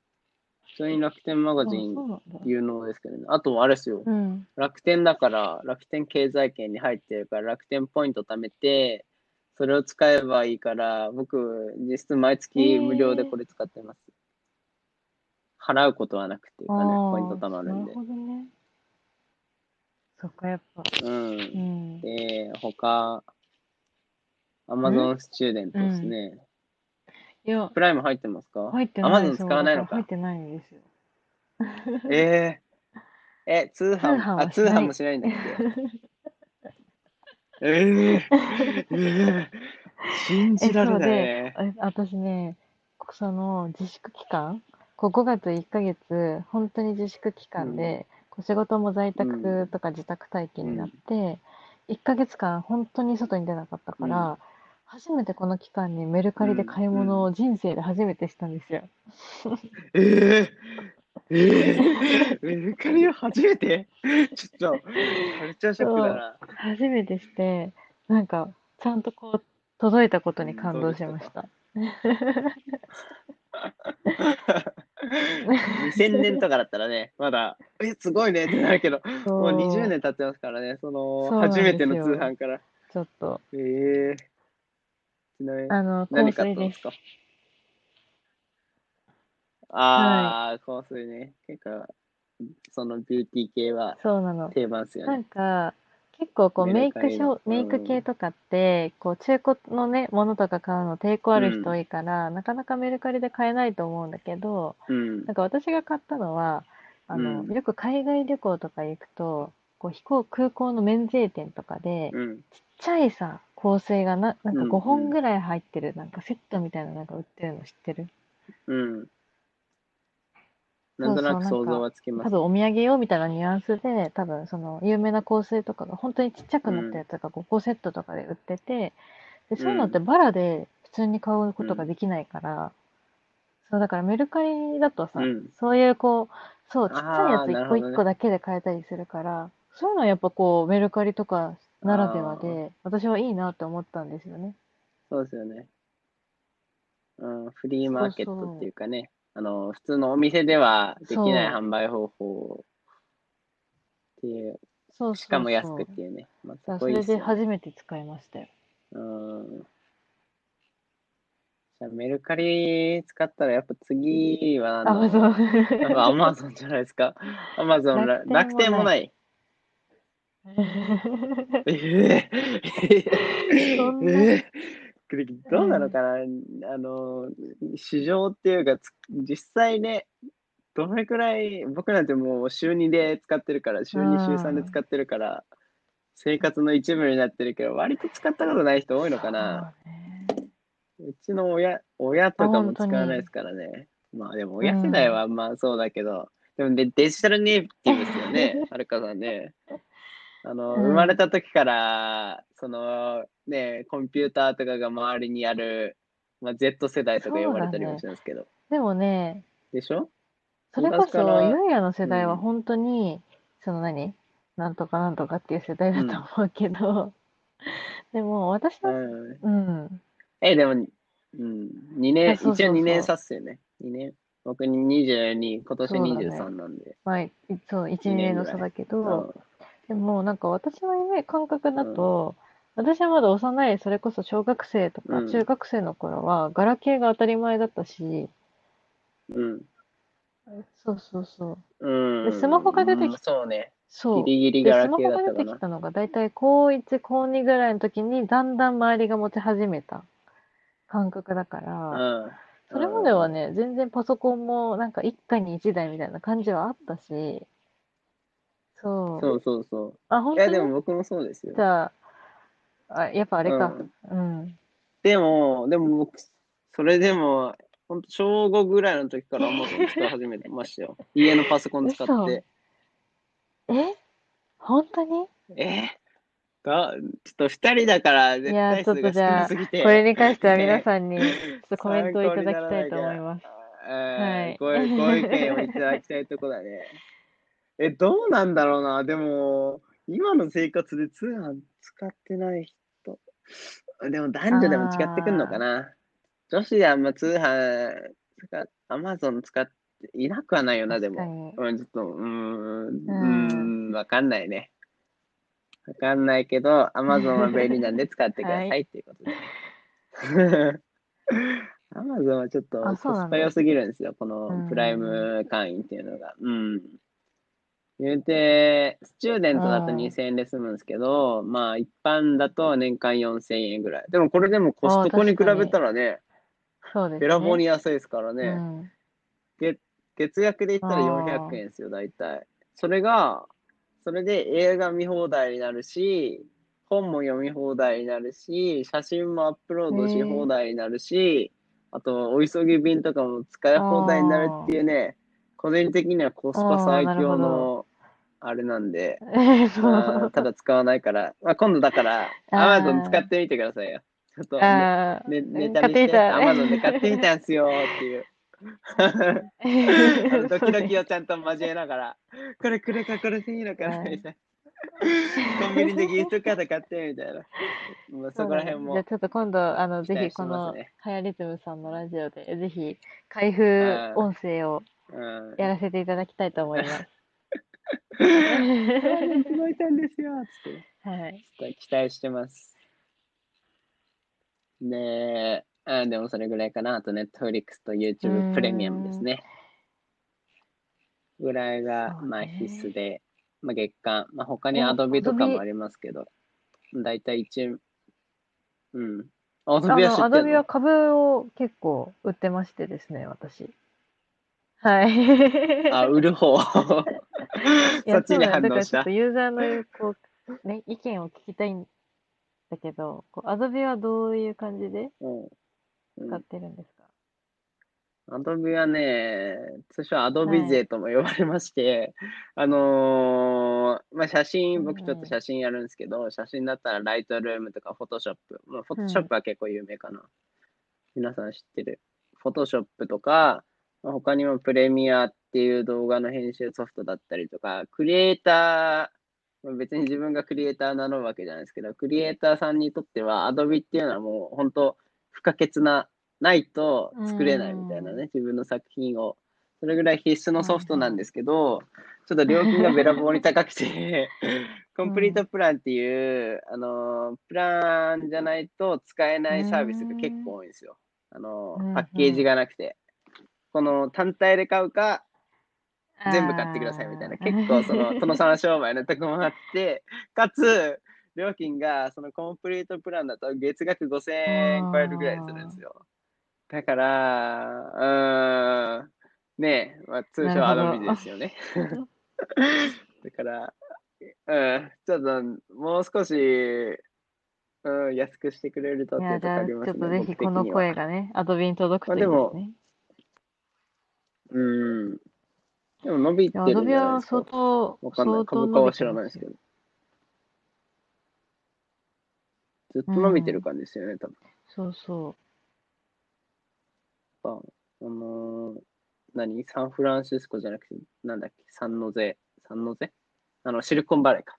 Speaker 1: 普通に楽天マガジ
Speaker 2: あ
Speaker 1: ン
Speaker 2: そうなんだ。
Speaker 1: 有能ですけどね。あと、あれですよ。
Speaker 2: うん。
Speaker 1: 楽天だから、楽天経済圏に入ってるから、楽天ポイント貯めて、それを使えばいいから、僕、実質毎月無料でこれ使ってます。払うことはなくっていうかね、ポイント
Speaker 2: あ
Speaker 1: 貯ま
Speaker 2: あ
Speaker 1: るん
Speaker 2: な
Speaker 1: で
Speaker 2: る。ほどね。そっか、やっぱ。
Speaker 1: うん
Speaker 2: う。ん。
Speaker 1: で、他、Amazon スチューデントですね。
Speaker 2: いや、
Speaker 1: プライム入ってますか
Speaker 2: 入ってない
Speaker 1: ?Amazon 使わないの
Speaker 2: 入
Speaker 1: か
Speaker 2: っ。てないんですよ。
Speaker 1: えー、え、通販、
Speaker 2: 通販は
Speaker 1: あ、
Speaker 2: し
Speaker 1: 通
Speaker 2: ない
Speaker 1: 販もしないんだっ けえー、えー、信じられないね。
Speaker 2: え私ね、その自粛期間、こう5月1ヶ月、本当に自粛期間で、こう仕事も在
Speaker 1: う
Speaker 2: 宅とか自宅待機になって、1ヶ月間本当に外に出なかったか
Speaker 1: う
Speaker 2: ら、初めてこの期間にメルカリで買い物を人生で初めてしたんですよ。
Speaker 1: えー、えー、メルカリは初めて ちょっと、カルチャーショックだな。
Speaker 2: 初めてして、なんか、ちゃんとこう、届いたことに感動しました。
Speaker 1: 2000年とかだったらね、まだ、え、すごいねってなるけど、もう
Speaker 2: そう
Speaker 1: 20年経ってますからね、その、
Speaker 2: そうなんです
Speaker 1: 初
Speaker 2: よ
Speaker 1: めての通販から。
Speaker 2: ちょっと、
Speaker 1: ええちなみに、
Speaker 2: あの、
Speaker 1: 何
Speaker 2: 香
Speaker 1: 買ったん
Speaker 2: 水で。
Speaker 1: ですすかあー、香水ね。結構、そのビューティー系は
Speaker 2: そうなの。
Speaker 1: 定番ですよ
Speaker 2: な
Speaker 1: ね。
Speaker 2: んか結構こうメ
Speaker 1: メ
Speaker 2: イ
Speaker 1: ル
Speaker 2: ク
Speaker 1: カリ
Speaker 2: シ
Speaker 1: の
Speaker 2: ョー、メイク系とかってこう中古のねものとか買うの抵抗ある人多いから、なかなかメルカリで買えないと思うんだけど
Speaker 1: うん
Speaker 2: な。んか私が買ったのはあの、
Speaker 1: うん
Speaker 2: よく海外旅行とか行くとこう飛行空港の免税店とかで
Speaker 1: うん。
Speaker 2: ちっちゃいさ香水がな、なんか
Speaker 1: うん
Speaker 2: 5
Speaker 1: うん
Speaker 2: 本ぐらい入ってるなんかセットみたいななんか売ってるの知ってる
Speaker 1: うん。なんとなく想像はつきま
Speaker 2: 多
Speaker 1: す。
Speaker 2: 分お土産用みたいなニュアンスで、多分その有名な香水とかが本当にちっちゃくなったやつが5個セットとかで売ってて、で、そういうのってバラで普通に買うことができないから、そうだからメルカリだとさ、
Speaker 1: うん
Speaker 2: そういうこう、そう、ちっちゃいや
Speaker 1: あ
Speaker 2: つ
Speaker 1: ーな
Speaker 2: 1
Speaker 1: る
Speaker 2: 個
Speaker 1: ほどね
Speaker 2: 1個だけで買えたりするから、そういうのはやっぱこうメルカリとかならではで、私はいいなと思ったんですよね。
Speaker 1: そうですよね。うん、フリーマーケットっていうかね、あの、普通のお店ではできない
Speaker 2: そう
Speaker 1: 販売方法っていう、
Speaker 2: そう
Speaker 1: しかも安
Speaker 2: そう
Speaker 1: くっ
Speaker 2: そう。
Speaker 1: ていうね。まあ、
Speaker 2: だから
Speaker 1: そ
Speaker 2: そ
Speaker 1: こいい
Speaker 2: れ
Speaker 1: っすよ
Speaker 2: で
Speaker 1: ね
Speaker 2: 初めて使いましたよ。
Speaker 1: うん。じゃあメルカリ使ったらやっぱ次は
Speaker 2: あ、
Speaker 1: なんだ
Speaker 2: そ
Speaker 1: ろう
Speaker 2: う。
Speaker 1: なんかアマゾンじゃないですか。アマゾンら
Speaker 2: 楽
Speaker 1: 楽
Speaker 2: 天
Speaker 1: 天
Speaker 2: も
Speaker 1: も
Speaker 2: な
Speaker 1: ない。ええ
Speaker 2: そんな
Speaker 1: ええどうなのかな、あの、市場っていうか、つ実際ね、どれくらい、僕なんてもう週2で使ってるから、週2、週3で使ってるから、生活の一部になってるけど、割と使ったことない人多いのかな。
Speaker 2: そうね
Speaker 1: うちの親、親とかも使わないですからね。まあでも親世代はまあそうだけど、でもでデジタルネイティブですよ ね、はるかさんね。あの、
Speaker 2: うん
Speaker 1: 生まれた時から、そのね、コンピューターとかが周りにある、まあ、Z 世代とか呼ばれたりもしますけど。
Speaker 2: でもね、
Speaker 1: でしょ
Speaker 2: それこ
Speaker 1: 昔から
Speaker 2: そ、ゆうやの世代は
Speaker 1: うん
Speaker 2: 本当に、その何なんとかなんとかっていう世代だと思うけど、 でも私
Speaker 1: う
Speaker 2: の、
Speaker 1: ん。
Speaker 2: うん、
Speaker 1: え、でも、うん、2
Speaker 2: あ
Speaker 1: 年、
Speaker 2: そうそうそう
Speaker 1: 一応2年差っすよね。2年。僕22、今年
Speaker 2: そうだね
Speaker 1: 23なんで。
Speaker 2: まあ、いそう、1、
Speaker 1: 二年
Speaker 2: 2年
Speaker 1: ぐらい
Speaker 2: の差だけ
Speaker 1: う
Speaker 2: ど、でもなんか私の夢、感覚だと、私はまだ幼い、それこそ小学生とか
Speaker 1: うん
Speaker 2: 中学生の頃は、ガラケーが当たり前だったし、
Speaker 1: ん。
Speaker 2: そうそうそう。
Speaker 1: うん。うん。
Speaker 2: でスマホが出てき
Speaker 1: うんそうね。
Speaker 2: そう。
Speaker 1: ギリギリ
Speaker 2: で、
Speaker 1: ガ
Speaker 2: ス
Speaker 1: ラ
Speaker 2: マ
Speaker 1: ケー
Speaker 2: ホ
Speaker 1: だ
Speaker 2: が
Speaker 1: った
Speaker 2: 出
Speaker 1: か
Speaker 2: てき
Speaker 1: な。
Speaker 2: たのが大体高1、高2ぐらいの時にだんだん周りが持ち始めた感覚だから、
Speaker 1: うん。
Speaker 2: それまではね、全然パソコンもなんか一家に一台みたいな感じはあったし、そ。
Speaker 1: そううそうそ
Speaker 2: あ、
Speaker 1: う。
Speaker 2: 本
Speaker 1: いや、
Speaker 2: 当
Speaker 1: で
Speaker 2: に
Speaker 1: も僕もそうですよ
Speaker 2: じ。ゃあ、あ、やっぱあれか
Speaker 1: う。ん
Speaker 2: うん。
Speaker 1: でも、でも僕、それでも、本当小5ぐらいの時から Amazon 使い始めてました よ。家のパソコン使って。
Speaker 2: え本当に
Speaker 1: えが、ちょっと2人だから、絶対数が少なすぎて。
Speaker 2: これに関しては皆
Speaker 1: ん、
Speaker 2: さ んにちょっとコメントをいただきたいと思います。
Speaker 1: えーご
Speaker 2: はい
Speaker 1: ご意見をいただきたいとこだね。え、どうなんだろうな。でも、今の生活で通販使ってない人。でも男女でも違ってくんのかな。女子であんま通販使、アマゾン使っていなくはないよな、で
Speaker 2: 確か
Speaker 1: も。
Speaker 2: に。
Speaker 1: うん、ちょっと、うーん、う
Speaker 2: うん
Speaker 1: ーん、わかんないね。わかんないけ ど、アマゾンは便利なんで使ってくださいっていうことで。アマゾンはちょっと
Speaker 2: あそう
Speaker 1: コ
Speaker 2: な
Speaker 1: ス
Speaker 2: ん
Speaker 1: パ
Speaker 2: だ
Speaker 1: 良すぎるんですよ、こ
Speaker 2: うん
Speaker 1: のプライム会員っていうのが。うん。言うて、スチューデントだと
Speaker 2: うん
Speaker 1: 2000円で済むんですけど、まあ一般だと年間4000円ぐらい。でもこれでもコストコに比べたらね、
Speaker 2: そうです
Speaker 1: べ
Speaker 2: ね。
Speaker 1: らぼうに安いですから
Speaker 2: う
Speaker 1: ね、
Speaker 2: ん。
Speaker 1: 月額で言ったら
Speaker 2: あ
Speaker 1: 400
Speaker 2: ー
Speaker 1: 円ですよ、大体。それが、それで映画見放題になるし、本も読み放題になるし、写真もアップロードし放題になるし、あと、お急ぎ便とかも使い放題になるっていうね、個人的にはコスパ最
Speaker 2: あーなる
Speaker 1: 強
Speaker 2: ほ
Speaker 1: の
Speaker 2: ど、
Speaker 1: あれなん で、
Speaker 2: えー、そう。
Speaker 1: まあただ使わないから、まあ、今度だから、
Speaker 2: あー
Speaker 1: Amazon 使ってみてくださいよ。ちょっと、ね、
Speaker 2: ああ、
Speaker 1: ねネタ
Speaker 2: 買
Speaker 1: にしてて
Speaker 2: っみ
Speaker 1: や
Speaker 2: た
Speaker 1: つ、Amazon で買ってみたんすよっていう。 あのドキドキをちゃんと交えながら、これくれか、これせいいのかな、
Speaker 2: はい
Speaker 1: みたいな。コンビニでギフトカード買って、みたいな。もうそこら辺
Speaker 2: じゃ
Speaker 1: も
Speaker 2: あ。ちょっと今度、あの、
Speaker 1: 期
Speaker 2: ぜ
Speaker 1: 待
Speaker 2: ひ
Speaker 1: して
Speaker 2: こ
Speaker 1: ます
Speaker 2: の
Speaker 1: ね、
Speaker 2: ハヤリズムさんのラジオで、ぜひ、開封音声を
Speaker 1: うん。
Speaker 2: やらせていただきたいと思います。
Speaker 1: 届いたんですよ、つって。
Speaker 2: はい。
Speaker 1: ちょっと期待してます。ねえ、あでもそれぐらいかな。あと、Netflix と
Speaker 2: うー
Speaker 1: YouTube
Speaker 2: ん
Speaker 1: プレミアムですね。ぐらいが、
Speaker 2: そうね
Speaker 1: まあ必須で、まあ月間、まあ他に
Speaker 2: お
Speaker 1: Adobe とか
Speaker 2: Adobe
Speaker 1: もありますけど、だいたい1、うん。あ
Speaker 2: あ
Speaker 1: Adobe は知
Speaker 2: の、ア
Speaker 1: って
Speaker 2: ド
Speaker 1: る
Speaker 2: ビは
Speaker 1: の
Speaker 2: 株を結構売ってましてですね、私。はい。
Speaker 1: あ、売る方。そ
Speaker 2: いや、
Speaker 1: っちに
Speaker 2: そうな
Speaker 1: 反応
Speaker 2: んだよだから
Speaker 1: し
Speaker 2: ちょったと。ユーザーのこう、ね、意見を聞きたいんだけど、こう、アドビはどういう感じで
Speaker 1: うんう
Speaker 2: 使っ
Speaker 1: ん
Speaker 2: てるんですか
Speaker 1: Adobe はね、通称 Adobe 勢とも呼ばれまして、あのーまあ、写真、僕
Speaker 2: うん
Speaker 1: ちょっと写真やるんですけど、写真だったら Lightroom とか Photoshop、まあ、Photoshop は結構有名かな。皆さん知ってる。Photoshop とか、まあ他にもプレミアっていう動画の編集ソフトだったりとか、クリエイター、まあ別に自分がクリエイターなのわけじゃないですけど、クリエイターさんにとっては Adobe っていうのはもう本当不可欠な、ないと作れないみたいなね、自分の作品を。それぐらい必須のソフトなんですけど、ちょっと料金がべらぼうに高く て、コンプリートプランっていう、あのー、プランじゃないと使えないサービスが結構多いんですよ。あの
Speaker 2: うんう
Speaker 1: ー、
Speaker 2: ん
Speaker 1: パッケージがなくて。この単体で買うか、全部買ってくださいみたいな、結構そ の、殿様商売のとこもあって、かつ、料金がそのコンプリートプランだと月額5000円超えるぐらいするんですよ。だから、うーん、ねえ、まあ、通称
Speaker 2: な
Speaker 1: ア
Speaker 2: るほど
Speaker 1: ドビですよね。 だから、うん、ちょっともう少し、うん、安くしてくれるとって
Speaker 2: い
Speaker 1: いう
Speaker 2: や、
Speaker 1: と
Speaker 2: じ
Speaker 1: こ
Speaker 2: ゃ
Speaker 1: あ
Speaker 2: あ、ち
Speaker 1: ります
Speaker 2: ょっ
Speaker 1: ね。
Speaker 2: とぜひ
Speaker 1: 僕
Speaker 2: こ
Speaker 1: 的
Speaker 2: の
Speaker 1: には
Speaker 2: 声がね、アドビに届くといい
Speaker 1: まあ
Speaker 2: ですね。
Speaker 1: うん。でも伸び
Speaker 2: い
Speaker 1: て
Speaker 2: や、
Speaker 1: るんじゃ
Speaker 2: アドビ
Speaker 1: ない
Speaker 2: は
Speaker 1: ですか
Speaker 2: 相。当、
Speaker 1: わかんない。
Speaker 2: 相当
Speaker 1: 株
Speaker 2: 伸
Speaker 1: 価は
Speaker 2: び
Speaker 1: 知
Speaker 2: て
Speaker 1: らない
Speaker 2: ま
Speaker 1: ですす
Speaker 2: よ
Speaker 1: けど。ずっと伸びてる感じですよね、多分。
Speaker 2: そうそ
Speaker 1: あのー何サンフランシスコじゃなくて、なんだっけサンノゼ。サンノゼあの、シリコンバレーか。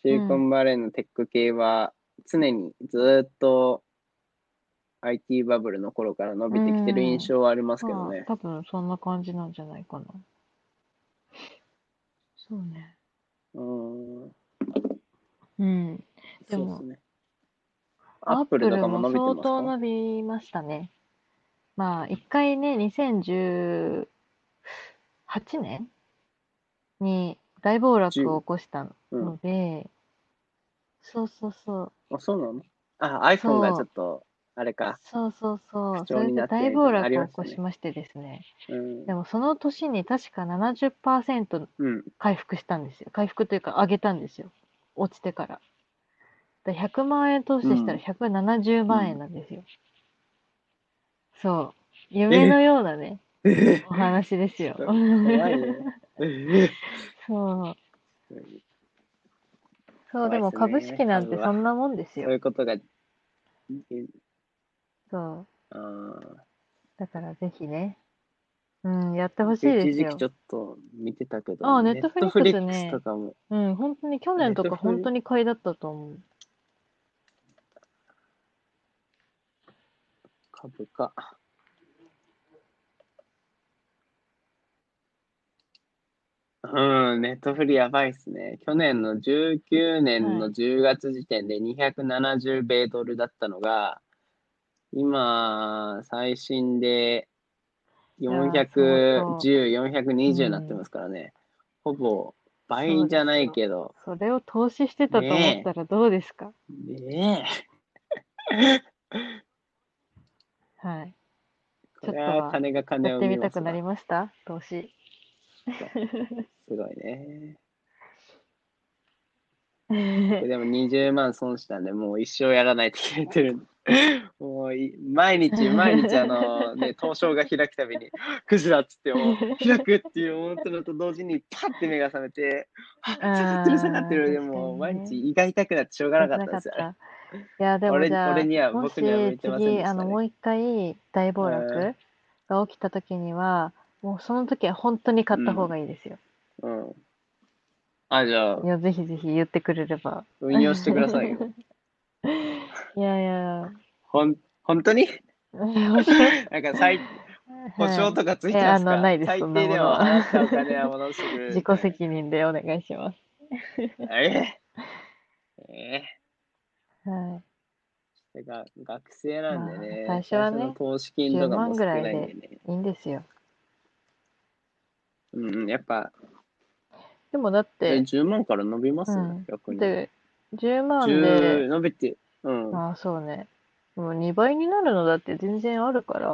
Speaker 1: シリコンバレーのテック系は、常にずーっと IT バブルの頃から伸びてきてる印象はあります
Speaker 2: う。
Speaker 1: けど
Speaker 2: ま
Speaker 1: ね
Speaker 2: あ、。多分そんな感じなんじゃないかな。そうね。
Speaker 1: うん。
Speaker 2: うん。で
Speaker 1: そうで
Speaker 2: も
Speaker 1: すね。ア
Speaker 2: アッ
Speaker 1: ップ
Speaker 2: プル
Speaker 1: ルとかも伸
Speaker 2: も
Speaker 1: びて
Speaker 2: 相
Speaker 1: ます
Speaker 2: 当
Speaker 1: か
Speaker 2: 伸びましたね。まあ、一回ね、2018年に大暴落を起こした
Speaker 1: うん。
Speaker 2: ので、そうそうそう、
Speaker 1: あ、そうなのあ、iPhone がちょっと、あれか。
Speaker 2: そうそうそ
Speaker 1: 不
Speaker 2: う、そ
Speaker 1: 調
Speaker 2: れ
Speaker 1: に
Speaker 2: で
Speaker 1: なって
Speaker 2: 大
Speaker 1: みた
Speaker 2: 暴
Speaker 1: いなのあり
Speaker 2: 落
Speaker 1: ま
Speaker 2: を
Speaker 1: した
Speaker 2: 起こ
Speaker 1: ね
Speaker 2: し。ましてですね、
Speaker 1: うん。
Speaker 2: でもその年に確か70%
Speaker 1: うん。
Speaker 2: 回復したんですよ。回復というか上げたんですよ。落ちてから。だから100万円投資したら
Speaker 1: うん
Speaker 2: 170万円なんですよ。そう。
Speaker 1: え
Speaker 2: 夢のようなね、
Speaker 1: え
Speaker 2: お話です よ。
Speaker 1: 怖いね。
Speaker 2: そう。そう、
Speaker 1: 怖いっすね
Speaker 2: でも株式なんて
Speaker 1: 株は
Speaker 2: そんなもんです
Speaker 1: そうい
Speaker 2: よ。
Speaker 1: うことが、
Speaker 2: そう。
Speaker 1: あ
Speaker 2: だからぜひね。うん、やって
Speaker 1: ー
Speaker 2: ほしいで
Speaker 1: 一
Speaker 2: す
Speaker 1: 時期
Speaker 2: よ
Speaker 1: ち。ょっと見てたけど、
Speaker 2: あー
Speaker 1: ネ
Speaker 2: ネ
Speaker 1: ッ
Speaker 2: ットフリ
Speaker 1: ト
Speaker 2: ッ
Speaker 1: フ
Speaker 2: ク
Speaker 1: リ
Speaker 2: ス
Speaker 1: ッ
Speaker 2: ね
Speaker 1: クスとかも、
Speaker 2: うん、本当に去年と
Speaker 1: ネ
Speaker 2: か
Speaker 1: ットフリ
Speaker 2: 本当に買いだったと思う。
Speaker 1: 株価。うん、ネットフリやばいっすね。去年の19年
Speaker 2: は
Speaker 1: の
Speaker 2: い
Speaker 1: 10月時点で270米ドルだったのが、今、最新で
Speaker 2: や
Speaker 1: 410、
Speaker 2: ー
Speaker 1: 420になってますからね。ほぼ倍じゃないけど。
Speaker 2: それを投資してたと思ったらどうですか、
Speaker 1: ねえ。
Speaker 2: はい。ち
Speaker 1: こ
Speaker 2: ょっ
Speaker 1: れ
Speaker 2: と
Speaker 1: は
Speaker 2: は
Speaker 1: 金が金
Speaker 2: や
Speaker 1: を
Speaker 2: って
Speaker 1: 見
Speaker 2: みた
Speaker 1: ます
Speaker 2: くなり
Speaker 1: わ
Speaker 2: ました 投資。
Speaker 1: すごいね。
Speaker 2: は
Speaker 1: でも20万損したんで、もう一生やらないって決めてる。 もうい毎 日毎日あの、ね、東証が開くたびに、 クジラっつっても、開くっていう思ったのと同時に、パッて目が覚めて、あちょっと吊る下がってる。
Speaker 2: あー
Speaker 1: でも、
Speaker 2: 確か
Speaker 1: 毎
Speaker 2: にね
Speaker 1: 日胃が痛くなってしょうがなかったですよね。
Speaker 2: いや、でも
Speaker 1: 俺
Speaker 2: じゃあ、
Speaker 1: 俺には
Speaker 2: も
Speaker 1: 僕には向い
Speaker 2: して
Speaker 1: ませんでし
Speaker 2: 次、
Speaker 1: た
Speaker 2: あ
Speaker 1: ね
Speaker 2: の、もう一回大暴
Speaker 1: う
Speaker 2: 落が起きた時には、もうその時は本当に買った方がいいですよ。
Speaker 1: うん。あ、じゃあ
Speaker 2: い、や、ぜひぜひ言ってくれれば。
Speaker 1: 運用してくださ いよ。
Speaker 2: いやい や、
Speaker 1: ほん、本当に
Speaker 2: 保 証、
Speaker 1: なんか最、保証とかついて
Speaker 2: え
Speaker 1: ま
Speaker 2: あ
Speaker 1: す
Speaker 2: の
Speaker 1: か
Speaker 2: ないです
Speaker 1: 最
Speaker 2: そんな
Speaker 1: 低
Speaker 2: も
Speaker 1: で
Speaker 2: の
Speaker 1: も
Speaker 2: は
Speaker 1: 払ったお金は戻してくれる。
Speaker 2: 自己責任でお願いします。
Speaker 1: えええ
Speaker 2: は
Speaker 1: えてか学生なんでね、
Speaker 2: まあ最初はね
Speaker 1: の投資金とかも少ないんで
Speaker 2: 10万
Speaker 1: ね。
Speaker 2: い。いいんですよ。
Speaker 1: うんうん、やっぱ、
Speaker 2: でもだっ
Speaker 1: え
Speaker 2: て、
Speaker 1: 10万から伸びます、
Speaker 2: うん
Speaker 1: 逆に。
Speaker 2: で、10万で、
Speaker 1: 10伸びて、うん。
Speaker 2: ああ、そうね。もう2倍になるのだって全然あるから、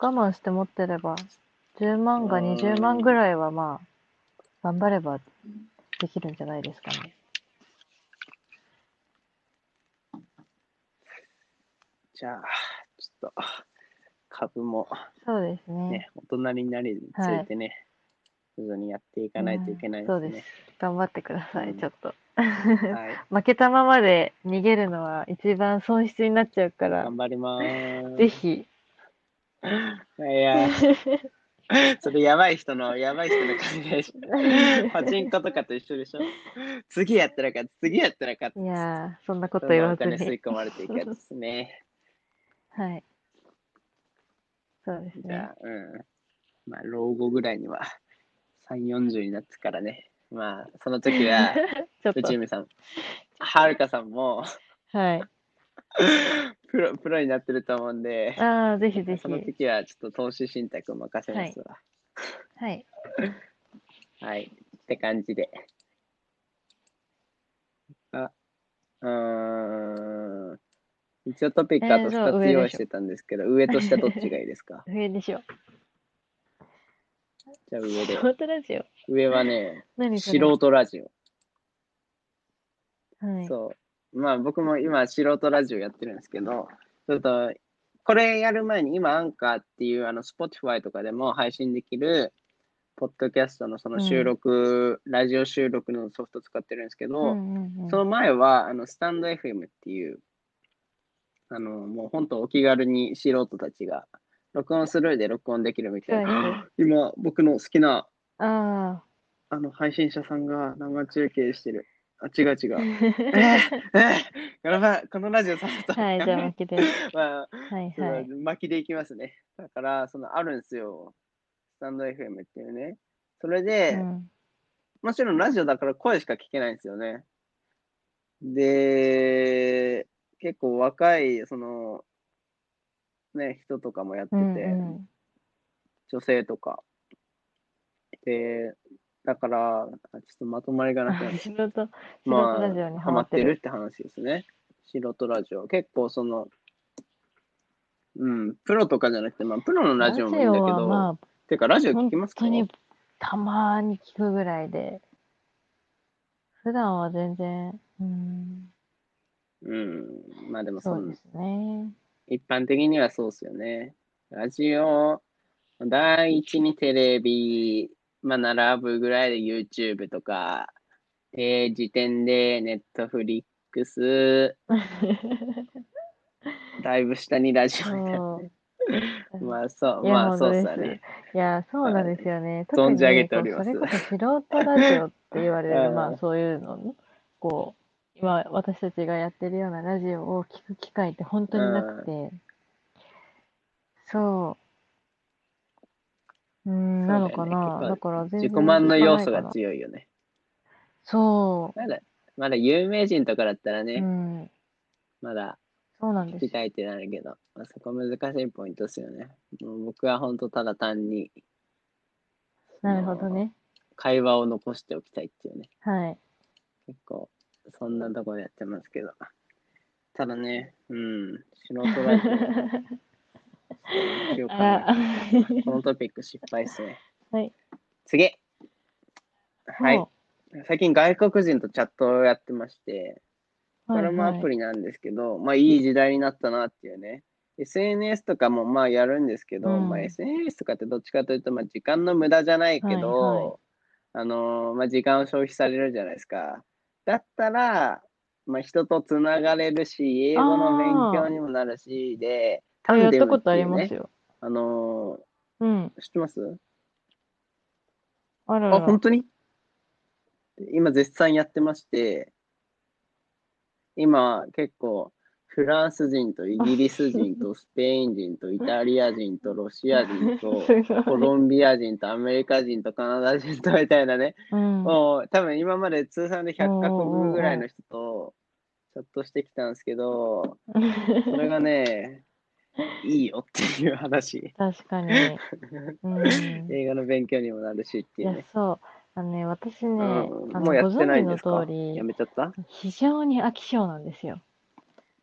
Speaker 2: 我慢して持ってれば、10万が20万ぐらいはまあ、頑張ればできるんじゃないですかね。
Speaker 1: じゃあ、ちょっと、株も
Speaker 2: そうですね。
Speaker 1: ね、大人になりについてね、徐々にやっていかないといけない
Speaker 2: うんそうです。頑張ってくださ
Speaker 1: う
Speaker 2: い、
Speaker 1: ん
Speaker 2: ちょっと。
Speaker 1: すね。はい。
Speaker 2: 負けたままで逃げるのは一番損失になっちゃうから、
Speaker 1: 頑張りまーす。
Speaker 2: ぜひ。
Speaker 1: い や、それやばい人の、やばい人の考えし パチンコとかと一緒でしょ次やったら勝つ、次やったら勝つ。
Speaker 2: いやー、そんなこ
Speaker 1: そ
Speaker 2: と
Speaker 1: の
Speaker 2: 言わ
Speaker 1: お
Speaker 2: ず
Speaker 1: 金吸
Speaker 2: に。
Speaker 1: い込まれていくやつですね。
Speaker 2: はい。そうです
Speaker 1: じ
Speaker 2: ね
Speaker 1: ゃ。あ、うん。まあ、老後ぐらいには、3、40になってからね。まあ、その時は、
Speaker 2: ちょっ
Speaker 1: 内
Speaker 2: と。
Speaker 1: 海さん、はるかさんも、
Speaker 2: はい。
Speaker 1: プロ、プロになってると思うんで、
Speaker 2: ああ、ぜひぜひ
Speaker 1: そ。の時は、ちょっと投資信託を任せますわ。
Speaker 2: はい。
Speaker 1: はい。って感じで。あ、うーん。一応トピックあと
Speaker 2: えーじゃあ
Speaker 1: 2つ
Speaker 2: 上でしょ
Speaker 1: 用意してたんですけど、上と下どっちがいいです か
Speaker 2: 上でしょ。
Speaker 1: じゃあ上
Speaker 2: シ
Speaker 1: で。
Speaker 2: ョートラジオ。
Speaker 1: 上はね、
Speaker 2: 何そ
Speaker 1: 素
Speaker 2: れ。
Speaker 1: 人ラジオ。
Speaker 2: はい。
Speaker 1: そう。まあ僕も今素人ラジオやってるんですけど、ちょっと、これやる前に今アンカーっていうあの Spotify とかでも配信できる、ポッドキャストのその収録、ラジオ収録のソフト使ってるんですけど、
Speaker 2: んうんうん
Speaker 1: その前は、あの、スタンド FM っていう、あの、もう本当お気軽に素人たちが、録音スルーで録音できるみたい
Speaker 2: そう
Speaker 1: な。 今、僕の好きな、
Speaker 2: あ
Speaker 1: あの、配信者さんが生中継してる。あ、違う違
Speaker 2: あ。
Speaker 1: う。 えー
Speaker 2: は
Speaker 1: えー、やばいこのラジオさせた。
Speaker 2: い、じゃあ、負けで。
Speaker 1: まあ、
Speaker 2: はい
Speaker 1: その
Speaker 2: はい。
Speaker 1: 巻きでいきますね。だから、その、あるんですよ。スタンド FM っていうね。それで、
Speaker 2: うん
Speaker 1: もちろんラジオだから声しか聞けないんですよね。で、結構若い、その、ね、人とかもやって
Speaker 2: う
Speaker 1: て、
Speaker 2: んうん
Speaker 1: 女性とか。で、だから、ちょっとまとまりがなくなっ
Speaker 2: あ
Speaker 1: て
Speaker 2: 仕事、仕
Speaker 1: ま
Speaker 2: 事
Speaker 1: あ
Speaker 2: ラジオに
Speaker 1: ハ
Speaker 2: ハ
Speaker 1: マ
Speaker 2: マ
Speaker 1: っ
Speaker 2: ってて
Speaker 1: る
Speaker 2: る。
Speaker 1: って話ですね。素人ラジオ。結構その、うん、プロとかじゃなくて、まあ、プロのラジオもいいんだけ
Speaker 2: ラジオ
Speaker 1: ど、
Speaker 2: はま
Speaker 1: てか、ラジ
Speaker 2: あ、
Speaker 1: オ聞
Speaker 2: 本
Speaker 1: きますか
Speaker 2: 当にたまーに聞くぐらいで、普段は全然、うん、
Speaker 1: うん、まあでもそ
Speaker 2: そ
Speaker 1: ん
Speaker 2: うですね。
Speaker 1: 一般的にはそうですよね。ラジオ、第一にテレビ、まあ、並ぶぐらいで YouTube とか、で、時点で Netflix、だいぶ下にラジオみたいなね。
Speaker 2: そう
Speaker 1: まあそう、
Speaker 2: いや
Speaker 1: まあ
Speaker 2: 本
Speaker 1: そ
Speaker 2: 当
Speaker 1: うっ
Speaker 2: ですす
Speaker 1: わね。
Speaker 2: いや、そうなんですよね。特
Speaker 1: 存
Speaker 2: に
Speaker 1: じ上げております
Speaker 2: こうそれこそ素人ラジオって言われ る、
Speaker 1: うん
Speaker 2: まあそういうのの、こう、今私たちがやってるようなラジオを聞く機会って本当になくて、そう、うん、なのか
Speaker 1: そうだよね結構
Speaker 2: な。だから
Speaker 1: 自
Speaker 2: 全然
Speaker 1: 己満の要素
Speaker 2: 聞かないか
Speaker 1: が
Speaker 2: な
Speaker 1: 強いよね。
Speaker 2: そ
Speaker 1: まだ、まだ有名人とかだったら
Speaker 2: う、う
Speaker 1: ね、
Speaker 2: ん、
Speaker 1: まだ
Speaker 2: そうなんです
Speaker 1: 聞きたいってなるけど、まあ、そこ難しいポイントですよね。もう僕は本当ただ単に
Speaker 2: なるほどね。
Speaker 1: 会話を残しておきたいっていうね。
Speaker 2: はい。
Speaker 1: 結構、そんなところでやってますけど。ただね、うん、素人ラジオちょっと記憶
Speaker 2: あ
Speaker 1: が、 このトピック失敗ですね。
Speaker 2: はい。
Speaker 1: 次。はい。
Speaker 2: も
Speaker 1: 最近外国人とチャットをやってまして、
Speaker 2: う
Speaker 1: これもアプリなんですけど、まあいい時代になったなっていうね。SNS とかもまあやるんですけど、
Speaker 2: うん
Speaker 1: まあ SNS とかってどっちかというと、まあ時間の無駄じゃないけど、
Speaker 2: はいはい
Speaker 1: あのーまあ時間を消費されるじゃないですか。だったら、まあ人とつながれるし、英語の勉強にもなるし、で、
Speaker 2: はい、あや
Speaker 1: タン
Speaker 2: っ
Speaker 1: デ
Speaker 2: た
Speaker 1: ム
Speaker 2: こ
Speaker 1: っ
Speaker 2: とあ
Speaker 1: てい
Speaker 2: り
Speaker 1: う
Speaker 2: ます
Speaker 1: ね、
Speaker 2: よ。
Speaker 1: あの
Speaker 2: うん。
Speaker 1: ー知ってます
Speaker 2: あら
Speaker 1: あ、
Speaker 2: ら。
Speaker 1: 本当に今絶賛やってまして、今結構フランス人とイギリス人とスペイン人とイタリア人とロシア人と
Speaker 2: すごい
Speaker 1: コロンビア人とアメリカ人とカナダ人とみたいなね、
Speaker 2: うん。
Speaker 1: もう多分今まで通算で100カ
Speaker 2: おーおーお
Speaker 1: 国
Speaker 2: ー
Speaker 1: ぐらいの人とチャットしてきたんですけど、それがね、いいよっていう 話。
Speaker 2: 確 かに。うん。
Speaker 1: 映画の勉強にもなるしって
Speaker 2: い
Speaker 1: いう
Speaker 2: や
Speaker 1: ね。、
Speaker 2: そう。あのね、私ね、
Speaker 1: うん
Speaker 2: あ
Speaker 1: も
Speaker 2: の、
Speaker 1: うや
Speaker 2: ご
Speaker 1: って
Speaker 2: 存
Speaker 1: な
Speaker 2: 知
Speaker 1: いんで
Speaker 2: の
Speaker 1: すか
Speaker 2: 通り
Speaker 1: や、めちゃ った
Speaker 2: 非常に飽き性なんですよ。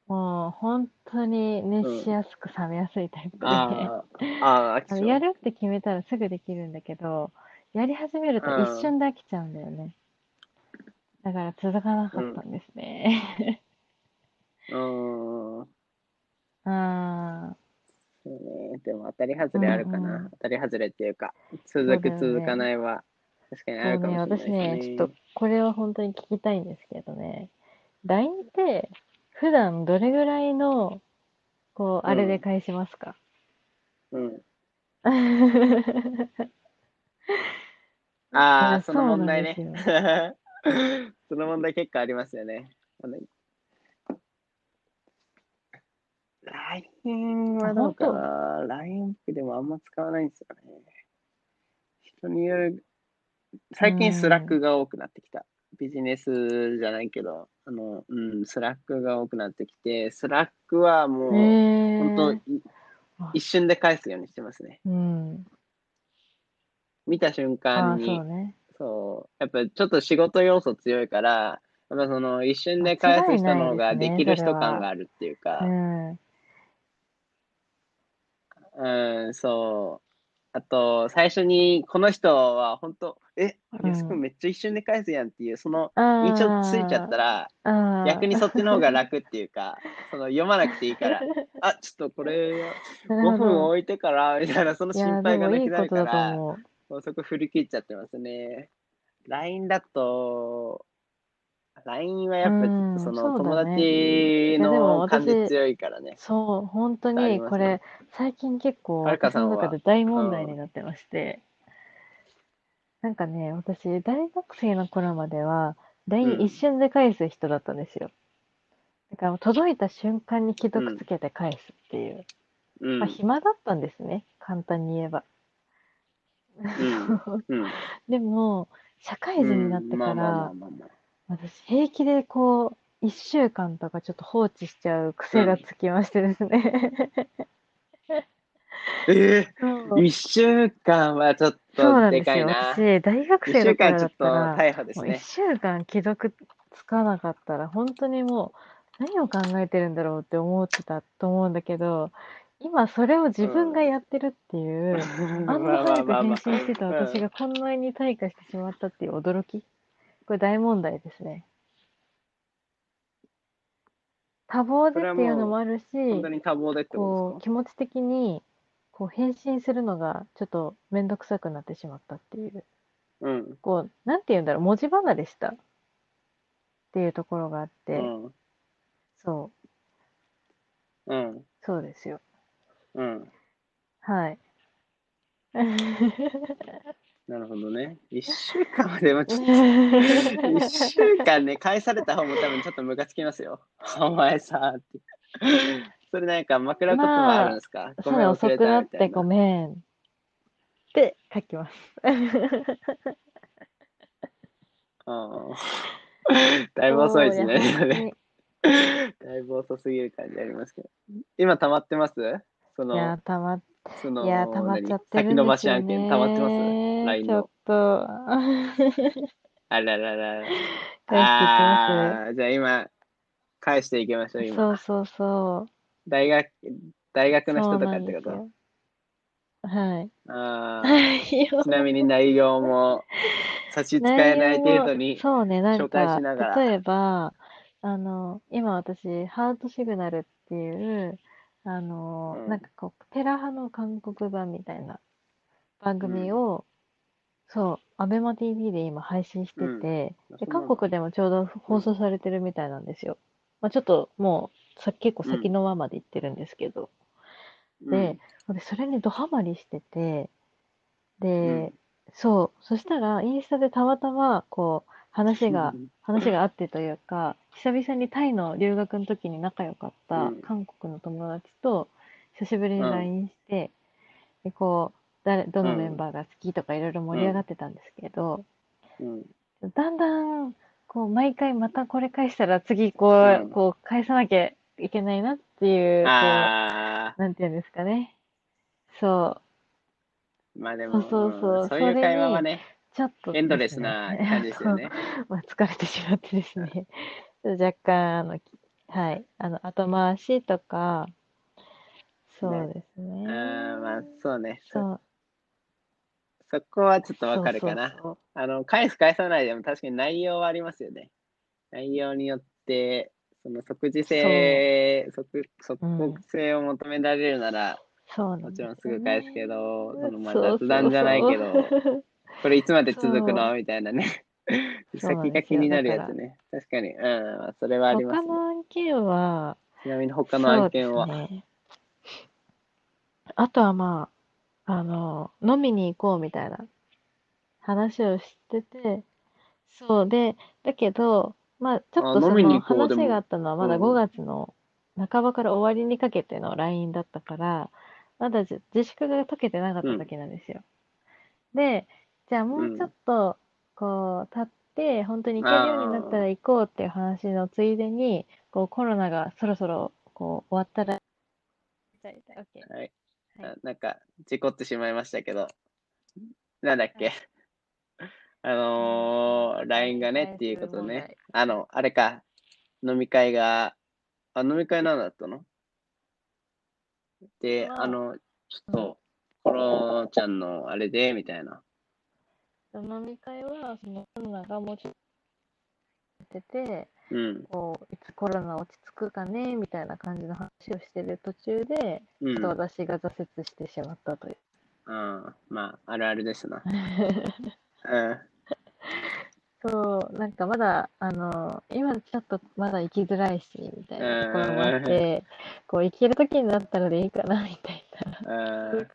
Speaker 2: もう、本当に熱しやすく冷めやすいタイプで。
Speaker 1: あーあー、飽き
Speaker 2: あ
Speaker 1: 性
Speaker 2: のやるって決めたらすぐできるんだけど、やり始めると一瞬で飽きちゃうんだよね。だから続かなかったんですね。
Speaker 1: うーん。
Speaker 2: あ
Speaker 1: そうね、でも当たり外れあるかな。
Speaker 2: うんうん
Speaker 1: 当たり外れっていうか、続
Speaker 2: だよ
Speaker 1: く、
Speaker 2: ね
Speaker 1: 続かないは、確かに
Speaker 2: ー
Speaker 1: あ
Speaker 2: あ
Speaker 1: るか
Speaker 2: の
Speaker 1: も
Speaker 2: ね、
Speaker 1: しれないで
Speaker 2: 私
Speaker 1: す
Speaker 2: ね、
Speaker 1: ね。
Speaker 2: ちょっとこれは本当に聞きたいんですけどね、LINE って普段どれぐらいの、こう、あれで返しますか
Speaker 1: うん、
Speaker 2: い
Speaker 1: ああ、
Speaker 2: や
Speaker 1: その問題
Speaker 2: そうなん
Speaker 1: ね。 その問題結構ありますよね。あの LINE はどうかな ?LINE 僕でもあんま使わないんですよね。人による、最
Speaker 2: う
Speaker 1: 近
Speaker 2: ん
Speaker 1: スラックが多くなってきた。ビジネスじゃないけど、あの、うん、スラックが多くなってきて、スラックはもう、
Speaker 2: え
Speaker 1: 本当、い
Speaker 2: あ
Speaker 1: 一瞬で返すようにしてますね。
Speaker 2: うん。
Speaker 1: 見た瞬間
Speaker 2: ああ、
Speaker 1: に、
Speaker 2: そうね。
Speaker 1: そう。やっぱちょっと仕事要素強いから、やっぱその一瞬で返す人の方が
Speaker 2: 間違いないですね
Speaker 1: できる
Speaker 2: それ
Speaker 1: 人
Speaker 2: は
Speaker 1: 感があるっていうか
Speaker 2: う、ん。
Speaker 1: うん、そう。あと、最初にこの人は本当、え、
Speaker 2: うん
Speaker 1: 安くんめっちゃ一瞬で返すやんっていう、その
Speaker 2: あ
Speaker 1: 印象ついちゃった
Speaker 2: ら、
Speaker 1: ら、
Speaker 2: ああ
Speaker 1: 逆にそっちの方が楽っていう か、その読まなくていい から、あ、ちょっとこれ5分置いてから、みたいな、その
Speaker 2: いや、
Speaker 1: 心
Speaker 2: で
Speaker 1: 配が
Speaker 2: も
Speaker 1: ないく
Speaker 2: い
Speaker 1: な
Speaker 2: こ
Speaker 1: る
Speaker 2: と
Speaker 1: か
Speaker 2: だと
Speaker 1: ら、
Speaker 2: 思う。
Speaker 1: もうそこ振り切っちゃってますね。LINE だと、LINE はやっぱちょっとその
Speaker 2: うんそう
Speaker 1: 友
Speaker 2: だね
Speaker 1: 達
Speaker 2: いやでも
Speaker 1: の
Speaker 2: 私
Speaker 1: 感じ強いからね。
Speaker 2: そう、本当
Speaker 1: あり
Speaker 2: に
Speaker 1: ますね
Speaker 2: これ、最近結構
Speaker 1: はるか
Speaker 2: 私
Speaker 1: さん
Speaker 2: の
Speaker 1: は
Speaker 2: 中で大問題になってまして、なんかね、私、大学生の頃までは、
Speaker 1: う
Speaker 2: LINE
Speaker 1: ん
Speaker 2: 一瞬で返す人だったんですよ。だからもう届いた瞬間に既
Speaker 1: う
Speaker 2: 読
Speaker 1: ん
Speaker 2: つけて返すっていう。
Speaker 1: うん。
Speaker 2: まあ、暇だったんですね、簡単に言えば。
Speaker 1: うん。うん。
Speaker 2: でも、社会人になって
Speaker 1: まあ
Speaker 2: か
Speaker 1: まあまあ
Speaker 2: ら、
Speaker 1: まあまあ。
Speaker 2: 私、平気でこう、一週間とかちょっと放置しちゃう癖がつきましてですね。
Speaker 1: え
Speaker 2: そう
Speaker 1: え 一週間はちょっ
Speaker 2: そうな
Speaker 1: と
Speaker 2: んで
Speaker 1: ですかい
Speaker 2: よ。
Speaker 1: な。
Speaker 2: 私、大学
Speaker 1: 一
Speaker 2: 生の
Speaker 1: 週間
Speaker 2: 頃
Speaker 1: ち
Speaker 2: だ
Speaker 1: ょっ
Speaker 2: った
Speaker 1: と
Speaker 2: ら、
Speaker 1: 大破です
Speaker 2: もう一
Speaker 1: ね。
Speaker 2: 週間既読つかなかったら、本当にもう、何を考えてるんだろうって思ってたと思うんだけど、今それを自分がやってるっていう、あんな早く返信してた私 がこんなに退化してしまったっていう驚き。これ大問題ですね。多忙でっていうのもあるし、
Speaker 1: 本当に多忙でって
Speaker 2: こ
Speaker 1: こ
Speaker 2: う気持ち的にこう返信するのがちょっと面倒くさくなってしまったっていう
Speaker 1: とですか
Speaker 2: こうなんて言うんだろう文字離れしたっていうところがあっ
Speaker 1: う
Speaker 2: て、
Speaker 1: ん。うん。
Speaker 2: そ
Speaker 1: う
Speaker 2: う
Speaker 1: ん。
Speaker 2: そうですよ
Speaker 1: うん。
Speaker 2: はい
Speaker 1: なるほどね。一週間はでもちょっと。一週間ね、返された方も多分ちょっとムカつきます よ。お前さ、って。それなんか枕言葉あるんですか、
Speaker 2: そ
Speaker 1: ごめん
Speaker 2: う
Speaker 1: 遅
Speaker 2: 遅
Speaker 1: れ
Speaker 2: く
Speaker 1: た
Speaker 2: なっ
Speaker 1: みた
Speaker 2: て
Speaker 1: い
Speaker 2: ご
Speaker 1: な。
Speaker 2: めんって書き ます
Speaker 1: うん、だいぶ遅いです
Speaker 2: そうや本当
Speaker 1: ね。
Speaker 2: に
Speaker 1: だいいぶ遅すぎる感じありますけど。今溜まってますそ
Speaker 2: いや
Speaker 1: の
Speaker 2: ー、、たまっ
Speaker 1: その、
Speaker 2: いやー、溜まっちゃってる
Speaker 1: 何先延
Speaker 2: んで
Speaker 1: ば
Speaker 2: す
Speaker 1: し
Speaker 2: よ
Speaker 1: 案件溜まってます
Speaker 2: ね。
Speaker 1: LINE
Speaker 2: ちょっ
Speaker 1: の。
Speaker 2: と、
Speaker 1: あらららら。
Speaker 2: 返
Speaker 1: ああー、じゃあ今、返していきましょう、
Speaker 2: していきます。
Speaker 1: 今。
Speaker 2: そうそうそう。
Speaker 1: 大学、大学の
Speaker 2: そ
Speaker 1: 人
Speaker 2: う
Speaker 1: と
Speaker 2: な
Speaker 1: か
Speaker 2: ん
Speaker 1: って
Speaker 2: です
Speaker 1: こと
Speaker 2: よ。はい。
Speaker 1: ああ、
Speaker 2: 内容
Speaker 1: ち なみに内容も差し支えない程度に。
Speaker 2: そうね、なん
Speaker 1: 紹介
Speaker 2: か
Speaker 1: しながら
Speaker 2: 例えば、あの、今私、ハートシグナルっていう、あの、
Speaker 1: うん
Speaker 2: なんかこう、テラ派の韓国版みたいな番組を、そう、アベマ TV で今配信して
Speaker 1: うん
Speaker 2: て、で、
Speaker 1: そうなん
Speaker 2: 韓
Speaker 1: だ
Speaker 2: 国でもちょうど放送されてるみたいなんですよ。まあちょっともう、さ、結構先の輪まで行ってるんですけど。で、私それにドハマりしてて、で、そう、そしたら、インスタでたまたま、こう、話が、話があってというか、久々にタイの留学の時に仲良かった
Speaker 1: うん
Speaker 2: 韓国の友達と、久しぶりに
Speaker 1: うん
Speaker 2: LINE して、で、こう、誰、どの
Speaker 1: うん
Speaker 2: メンバーが好きとかいろいろ盛り上がってたんですけど、
Speaker 1: うん、うん
Speaker 2: だんだん、こう、毎回またこれ返したら次、こ
Speaker 1: う
Speaker 2: う、
Speaker 1: ん
Speaker 2: こう、返さなきゃいけないなっていう、こう、
Speaker 1: ああ、
Speaker 2: なんていうんですかね。そう。
Speaker 1: まあでも、
Speaker 2: そうそうそう
Speaker 1: うんそういう会話はね、
Speaker 2: ちょっと
Speaker 1: エンドレ
Speaker 2: です
Speaker 1: ス
Speaker 2: ね
Speaker 1: な感じですよね。
Speaker 2: そう まあ、疲れてしまってですね。若干、あの、きはい、あの、後回しとか、そうですね。
Speaker 1: うん、まあそうね。そ
Speaker 2: そう、
Speaker 1: そこはちょっとわかるか
Speaker 2: そう
Speaker 1: な。
Speaker 2: そう
Speaker 1: あの、返す返さないでも確かに内容はありますよね。内容によって、その即時性、即、即
Speaker 2: うん
Speaker 1: 刻性を求められるなら、
Speaker 2: そう、そうな
Speaker 1: も
Speaker 2: ん
Speaker 1: ちろん
Speaker 2: です
Speaker 1: すぐ
Speaker 2: よ
Speaker 1: 返すけ
Speaker 2: ね。
Speaker 1: ど、そのまあ
Speaker 2: そう
Speaker 1: 雑談じゃないけど、
Speaker 2: そう。
Speaker 1: これいつまで続く
Speaker 2: そ
Speaker 1: のみたいなね。
Speaker 2: そうなん
Speaker 1: 先
Speaker 2: ですよ
Speaker 1: が気になるやつね。確かに。うん、まあそれはありま
Speaker 2: 他
Speaker 1: すね。
Speaker 2: の案件は、
Speaker 1: ちなみに他の案件は。
Speaker 2: そうですね。あとはまあ、あの、飲みに行こうみたいな話をしてて、そうで、だけど、まあ、ちょっ
Speaker 1: あ飲
Speaker 2: とそ
Speaker 1: み
Speaker 2: の
Speaker 1: に行こうで
Speaker 2: 話
Speaker 1: も
Speaker 2: があったのはまだ
Speaker 1: うん
Speaker 2: 5月の半ばから終わりにかけての LINE だったから、まだじ自粛が解けてなかった時なんですよ。で、じゃあもうちょっと、こう、経って、本当に行けるようになったら行こうっていう話のついでに、こう、コロナがそろそろ、こう、終わったら、みたいなわけ。
Speaker 1: はい。
Speaker 2: はい
Speaker 1: あなんか、事故ってしまいましたけど、なんだっけ。 あのー、LINE がねっていうことね。あの、あれか、飲み会が、あ、飲み会なんだったので、
Speaker 2: まあ
Speaker 1: あの、ちょっと、コロちゃんのあれで、みたいな。
Speaker 2: 飲み会は、そのコロナがもうちょっと出てて、
Speaker 1: うん、
Speaker 2: こう、いつコロナ落ち着くかね、みたいな感じの話をしてる途中で、
Speaker 1: う
Speaker 2: ちょっ
Speaker 1: ん。
Speaker 2: と
Speaker 1: あ
Speaker 2: 私が挫折してしまったという。
Speaker 1: あまあ、あるあるです な。うん。
Speaker 2: そう、なんかまだ、あの、今ちょっとまだ行きづらいし、みたいなところもあって、こう、行ける時になったらでいいかな、みたいな。
Speaker 1: うん。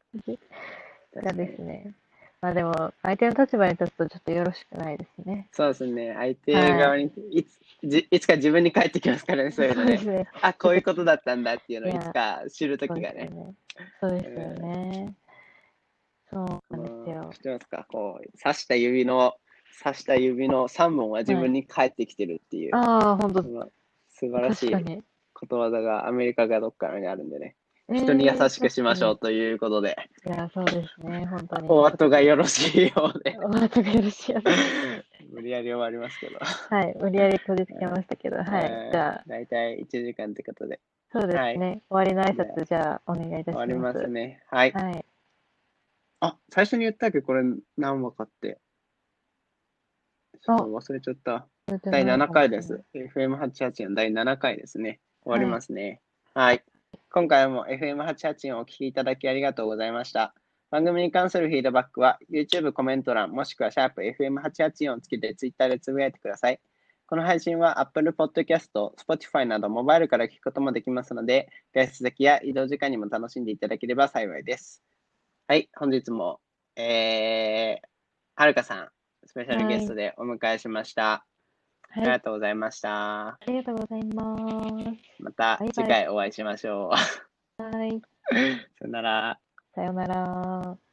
Speaker 2: がですね。まあでも、相手の立場に立つとちょっとよろしくないですね。
Speaker 1: そうですね。相手側に、いつ、じいつか自分に返ってきますからね、そういうのね
Speaker 2: で。すね。
Speaker 1: あ、こういうことだったんだっていうのを
Speaker 2: い
Speaker 1: い
Speaker 2: や
Speaker 1: つか知るとき
Speaker 2: そう
Speaker 1: が
Speaker 2: ですよ
Speaker 1: ね。
Speaker 2: ね。そうですよね。そうなんです
Speaker 1: うん
Speaker 2: よ
Speaker 1: 知。ってますかこう、刺した指の、刺した指の3本は自分に返ってきてるっていう、
Speaker 2: ああ、本当
Speaker 1: その素晴らし
Speaker 2: 確
Speaker 1: いこ
Speaker 2: かに。
Speaker 1: とわざがアメリカがどっかにあるんでね。
Speaker 2: 人
Speaker 1: 人に優しくしましょうということで、
Speaker 2: う。いや、そうですね。本当に。
Speaker 1: お後がよろしいようで、
Speaker 2: お後がよろしいようで。
Speaker 1: 無理やり終わりますけど。
Speaker 2: はい。無理やりこじつけましたけど、は
Speaker 1: え
Speaker 2: い。
Speaker 1: ー
Speaker 2: じゃあ、
Speaker 1: 大体1時間ということで、
Speaker 2: そうです
Speaker 1: はい
Speaker 2: ね。終わりの挨
Speaker 1: じ
Speaker 2: 拶、じゃあ、お願いい
Speaker 1: 終
Speaker 2: たし
Speaker 1: わりま
Speaker 2: ま。
Speaker 1: すすね。はい。
Speaker 2: はい。
Speaker 1: あ、最初に言ったっけこれ何話かって。ちょっと忘れちゃった。第7回です。。FM88 の第7回ですね。終わりますね。はい。今回も FM88 をお聞きいただきありがとうございました。番組に関するフィードバックは YouTube コメント欄もしくはシャープ f m 8 8をつけて Twitter でつぶやいてください。この配信は Apple Podcast、Spotify などモバイルから聞くこともできますので、外出先や移動時間にも楽しんでいただければ幸いです。はい、本日も、えー、はるかさん、スペシャルゲストでお迎えしました。あり
Speaker 2: は
Speaker 1: が
Speaker 2: い。
Speaker 1: とうございました。
Speaker 2: ありがとうございます。
Speaker 1: また次回お会いしましょう。
Speaker 2: はい。
Speaker 1: さよなら。
Speaker 2: さようなら。